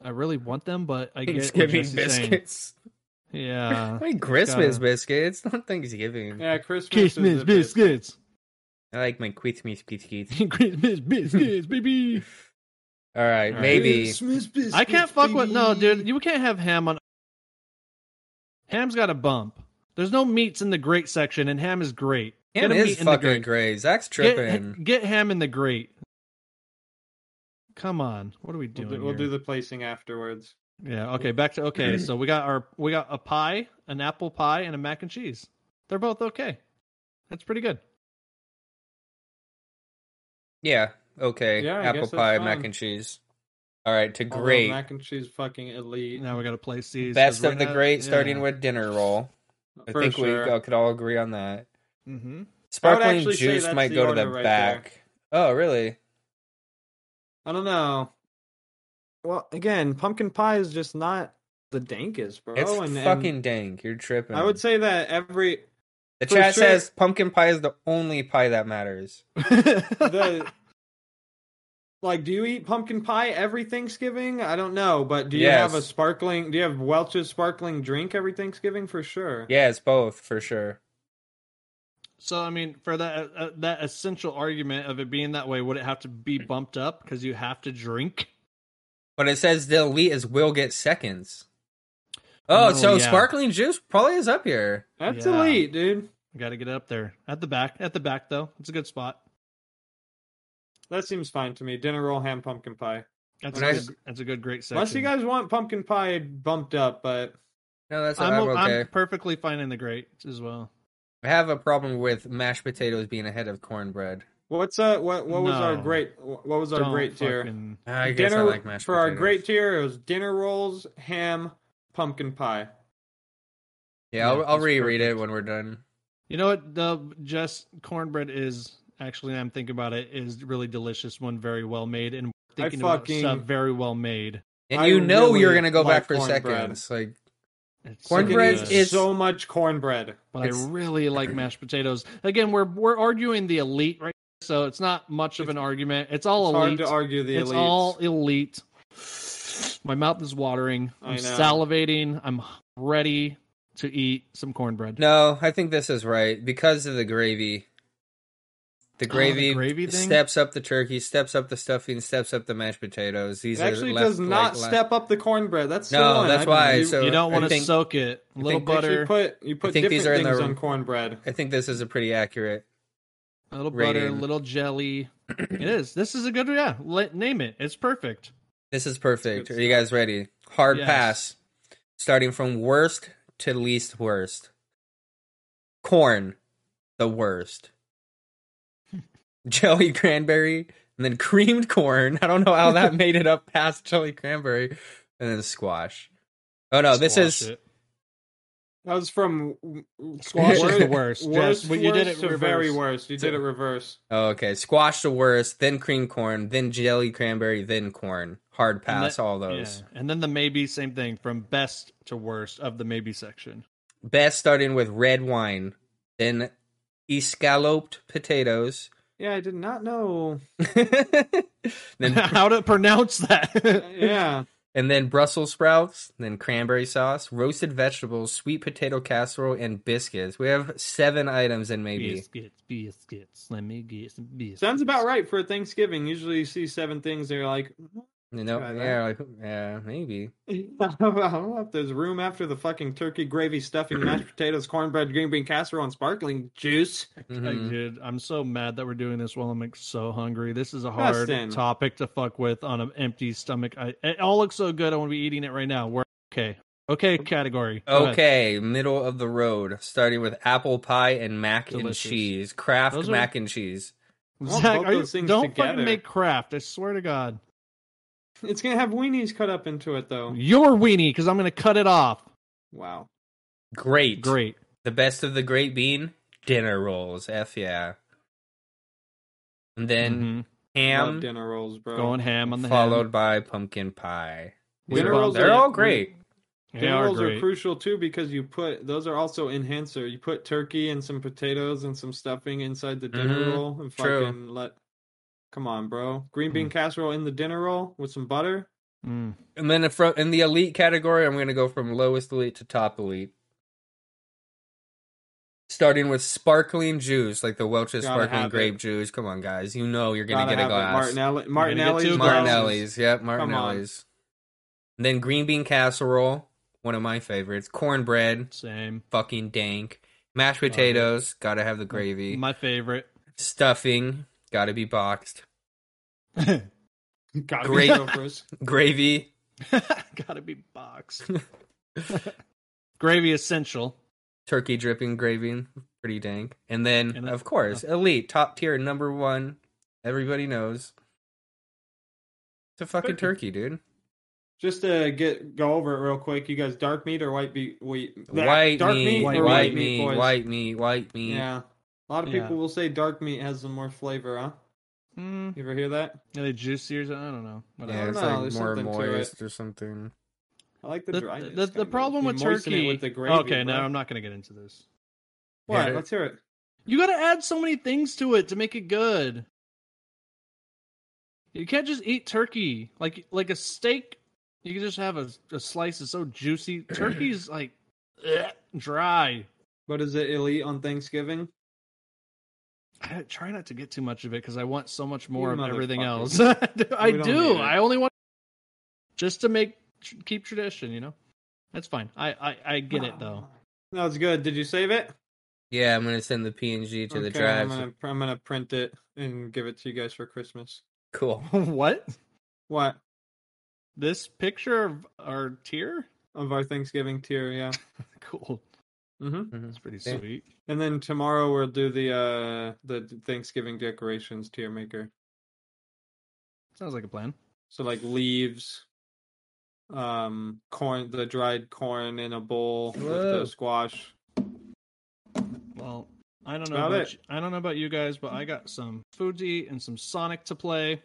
I really want them, but I get what
Thanksgiving
Jesse's saying.
biscuits.
Yeah,
I mean, Christmas
gotta-
biscuits, not Thanksgiving.
Yeah, Christmas, is
Christmas
the best.
biscuits,
I like my Christmas biscuits.
Christmas biscuits, baby.
All right,
All right.
maybe.
I can't fuck with no, dude. You can't have ham on. Ham's got a bump. There's no meats in the great section, and ham is great.
Ham
Get a
is
meat in the
fucking
grate.
great. Zach's tripping.
Get, get ham in the grate. Come on, what are we
We'll
doing?
do, we'll
here?
do the placing afterwards.
Yeah. Okay. Back to okay. so we got our we got a pie, an apple pie, and a mac and cheese. They're both okay. That's pretty good.
Yeah. Okay.
Yeah, I
Apple
guess that's
pie,
fine.
mac and cheese. All right. To
Although
great.
mac and cheese, fucking elite.
Now we got to place these. 'cause
Best
we're
of the
not-
great,
yeah.
starting with dinner roll. I
For
think
sure.
we uh, could all agree on that.
Mhm.
Sparkling
actually say
juice
that's
might
the
go to the
order right
back. Oh, really?
I don't know. Well, again, pumpkin pie is just not the dankest, bro.
It's
Oh, and, and
fucking dank. You're tripping.
I would say that every
the
for
chat
sure-
says pumpkin pie is the only pie that matters.
the like do you eat pumpkin pie every thanksgiving i don't know but do you have a
Yes.
sparkling do you have welch's sparkling drink every thanksgiving for sure
Yeah, it's both for sure.
So I mean, for that uh, that essential argument of it being that way, would it have to be bumped up because you have to drink?
But it says the elite is will get seconds. Oh,
Oh,
so
yeah.
sparkling juice probably is up here.
that's
Yeah.
elite dude
Got to get up there at the back. At the back though, it's a good spot.
that seems fine to me dinner roll ham pumpkin pie
That's
Nice.
a good, that's a good great section.
unless you guys want pumpkin pie bumped up but
No, that's
I'm,
I'm
o-
okay.
I'm perfectly fine in the great as well.
I have a problem with mashed potatoes being ahead of cornbread.
what's uh what what was our
No.
great what was our
Don't
great tier
fucking-
I guess
Uh, dinner
I like mashed
for
potatoes.
our great tier it was dinner rolls ham pumpkin pie
Yeah, I'll,
Yeah,
I'll
that's
reread it
perfect.
when we're done.
You know what? The just cornbread is actually. I'm thinking about it. Is really delicious when very well made, and thinking
fucking-
about stuff very well made.
And
I
you know you're
really
gonna go
like
back for
cornbread.
seconds. Like
It's so
Cornbread
good.
Fucking
is-
so much cornbread
but
it's-
I really like mashed potatoes. Again, we're we're arguing the elite, right? So it's not much of an argument. It's all
it's hard
elite.
to argue the
it's
elites.
all elite. My mouth is watering.
I
I'm
know.
salivating. I'm ready to eat some cornbread.
no, I think this is right because of the gravy.
Oh,
The
the
gravy,
gravy thing?
steps up the turkey, steps up the stuffing, steps up the mashed potatoes. These
It
are
actually
left,
does not
right, left.
step up the cornbread. That's the
No,
one.
that's why,
You,
so-
you don't
I
want to
think-
soak it. A little
think-
you actually
butter,
put you put
think
different
these
things
are in the-
on cornbread.
I think this is a pretty accurate.
A little butter, a
rating.
little jelly. it is. This is a good yeah. Let, name it. It's perfect.
This is perfect.
good
Are you guys ready? Hard
Yes.
pass, starting from worst to least worst. Corn, the worst. jelly cranberry, and then creamed corn. I don't know how that made it up past jelly cranberry, and then squash. Oh no, this
Squash
is
it.
That was from
Squash
is the
worst,
Worst,
Jess, but you did
worst
it
to very
reverse.
worst. You did it reverse.
oh, okay. Squash the worst, then creamed corn, then jelly cranberry, then corn. Hard
And
pass.
that-
all those.
yeah. And then the maybe same thing from best to worst of the maybe section.
Best starting with red wine, then escalloped potatoes.
Yeah, I did not know.
then
How to pronounce that?
Yeah,
and then Brussels sprouts, then cranberry sauce, roasted vegetables, sweet potato casserole, and biscuits. We have seven items in maybe.
biscuits, biscuits. Let me get some biscuits.
sounds about right for Thanksgiving. Usually, you see seven things, and you're like,
You know,
Try that.
yeah, like, yeah, maybe.
I don't know if there's room after the fucking turkey gravy stuffing, mashed potatoes, cornbread, green bean casserole, and sparkling juice.
Mhm.
Mm-hmm.
I did. I'm so mad that we're doing this while I'm like, so hungry. This is a hard
Justin.
topic to fuck with on an empty stomach. I, it all looks so good. I want to be eating it right now. We're okay. Okay, category. Go ahead.
Okay, middle of the road, starting with apple pie and mac and
Delicious.
cheese. Kraft
Those are-
mac and cheese.
Well,
Zach,
both
are you,
those things
don't
together.
fucking make craft. I swear to God,
It's gonna have weenies cut up into it, though.
your weenie because I'm gonna cut it off.
Wow.
Great.
Great.
The best of the great bean, dinner rolls. F yeah. And then
Mhm.
Love
ham,
dinner rolls, bro.
going ham on the
followed
Ham.
by pumpkin pie.
We
Dinner
both-
rolls
They're
are-
all great.
They
Dinner
are
rolls are
great.
crucial too because you put those are also enhancer. You put turkey and some potatoes and some stuffing inside the dinner
Mhm,
roll and
true.
fucking let. Come on, bro. Green bean casserole in the dinner roll with some butter.
Mm.
And then from in the elite category, I'm going to go from lowest elite to top elite. Starting with sparkling juice, like the Welch's
Gotta
sparkling
have
grape
it.
juice. Come on, guys, you know you're going to
Gotta
get a
have it.
glass.
Martinelli,
gonna get
Martinelli's,
two
glasses.
Martinelli's, yep,
on.
Martinelli's. Then green bean casserole, one of my favorites. Cornbread,
Same.
fucking dank. Mashed potatoes, gotta have the gravy.
My favorite.
Stuffing, gotta be boxed.
Gotta
Great.
be Stouffer's.
Gravy,
Gotta be boxed. Gravy essential.
turkey dripping gravy, pretty dank. And then,
And, uh,
of course, elite, top tier, number one. Everybody knows. It's a fucking turkey, dude.
Just to get go over it real quick, you guys, dark meat or white meat? Wheat,
white,
dark
meat,
meat,
white,
or
white
meat,
boys?
white meat, white meat.
Yeah, a lot of
Yeah.
people will say dark meat has some more flavor, huh?
Mm.
You ever hear that?
Are they juicier? I don't know. Whatever.
Yeah, it's
know,
like
there's
more
something to it.
moist or something.
I like the,
the,
dryness.
the,
kinda.
the problem
You
with
moisten it
turkey.
with the gravy,
okay,
bro.
no, I'm not going to get into this.
Why?
Yeah.
Let's hear it.
You got to add so many things to it to make it good. You can't just eat turkey like like a steak. You can just have a, a slice that's so juicy. Turkey's like ugh, dry.
But is it elite on Thanksgiving?
I try not to get too much of it because I want so much more of everything
motherfucker.
else. I
don't
do.
need it.
I only want just to make tr- keep tradition. You know, that's fine. I I, I get it though.
No, it's good. Did you save it?
Yeah, I'm gonna send the PNG to the
Okay,
drive.
I'm gonna, I'm gonna print it and give it to you guys for Christmas.
Cool.
what
What
this picture of our tier?
of our Thanksgiving tier? Yeah.
Cool.
hmm
That's pretty
Yeah.
sweet.
And then tomorrow we'll do the uh the Thanksgiving decorations tier maker.
Sounds like a plan.
So like leaves, um, corn, the dried corn in a bowl with
Whoa.
the squash.
Well, I don't know
About
about,
it.
you, I don't know about you guys, but I got some food to eat and some Sonic to play.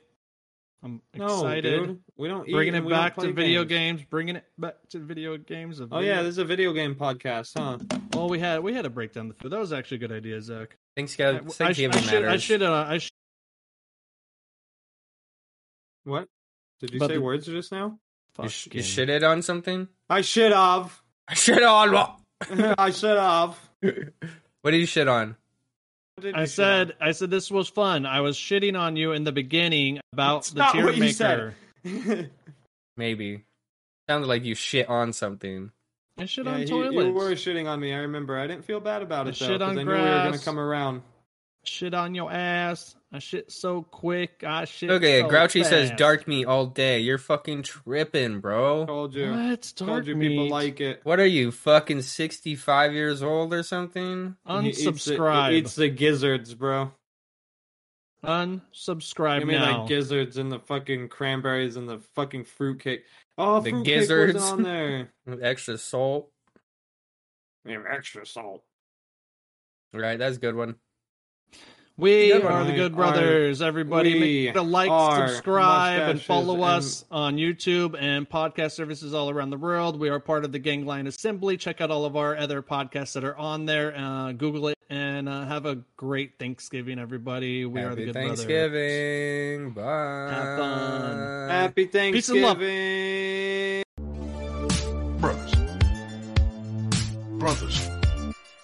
I'm excited.
No, dude, we don't eat
Bringing
and
it
we don't
back to
play
video
games.
games. Bringing it back to video games. a
Oh
video-
yeah, this is a video game podcast, huh?
Well, we had we had to break down the food. That was actually a good idea, Zach. I,
Thanksgiving,
I, sh- I
Thanksgiving
should I
matters.
should uh, I should
What did you
But
say
the-
words just now?
You, sh- you
fucking-
shitted on something?
I should have.
I shit on what?
I should have.
What did you shit on?
What did
I
you shit
said I said this was fun. I was shitting on you in the beginning about
That's
the
not
tier
what
maker.
you said. on?
Maybe. Sounded like you shit on something.
I shit
Yeah,
on
he-
toilets.
You were shitting on me. I remember. I didn't feel bad about
I
it though,
shit
'cause
on
I knew we were gonna
grass.
come around.
shit on your ass. I shit so quick. I shit.
Okay,
so
Grouchy says
fast.
dark meat all day. You're fucking tripping, bro.
Told you.
What? Dark
Told you people
meat.
like it.
What are you, fucking 65 years old or something?
He eats the-
Unsubscribe.
He eats the gizzards, bro.
Unsubscribe
I mean,
now.
like gizzards and the fucking cranberries and the fucking fruitcake. Oh,
The
fruitcake
gizzards.
was on there.
With extra salt.
We have extra salt.
Right, that's a good one.
we
Good one.
are the
I
Good
are-
Brothers. Everybody,
we
make sure to like,
are
subscribe, and
mustaches
follow
and-
us on YouTube and podcast services all around the world. We are part of the Gangline Assembly. Check out all of our other podcasts that are on there. Uh, Google it and uh, have a great Thanksgiving, everybody. We are the
Happy
Good Brothers.
Thanksgiving. Bye.
Have fun.
Happy
Peace and love.
Thanksgiving.
Brothers. Brothers.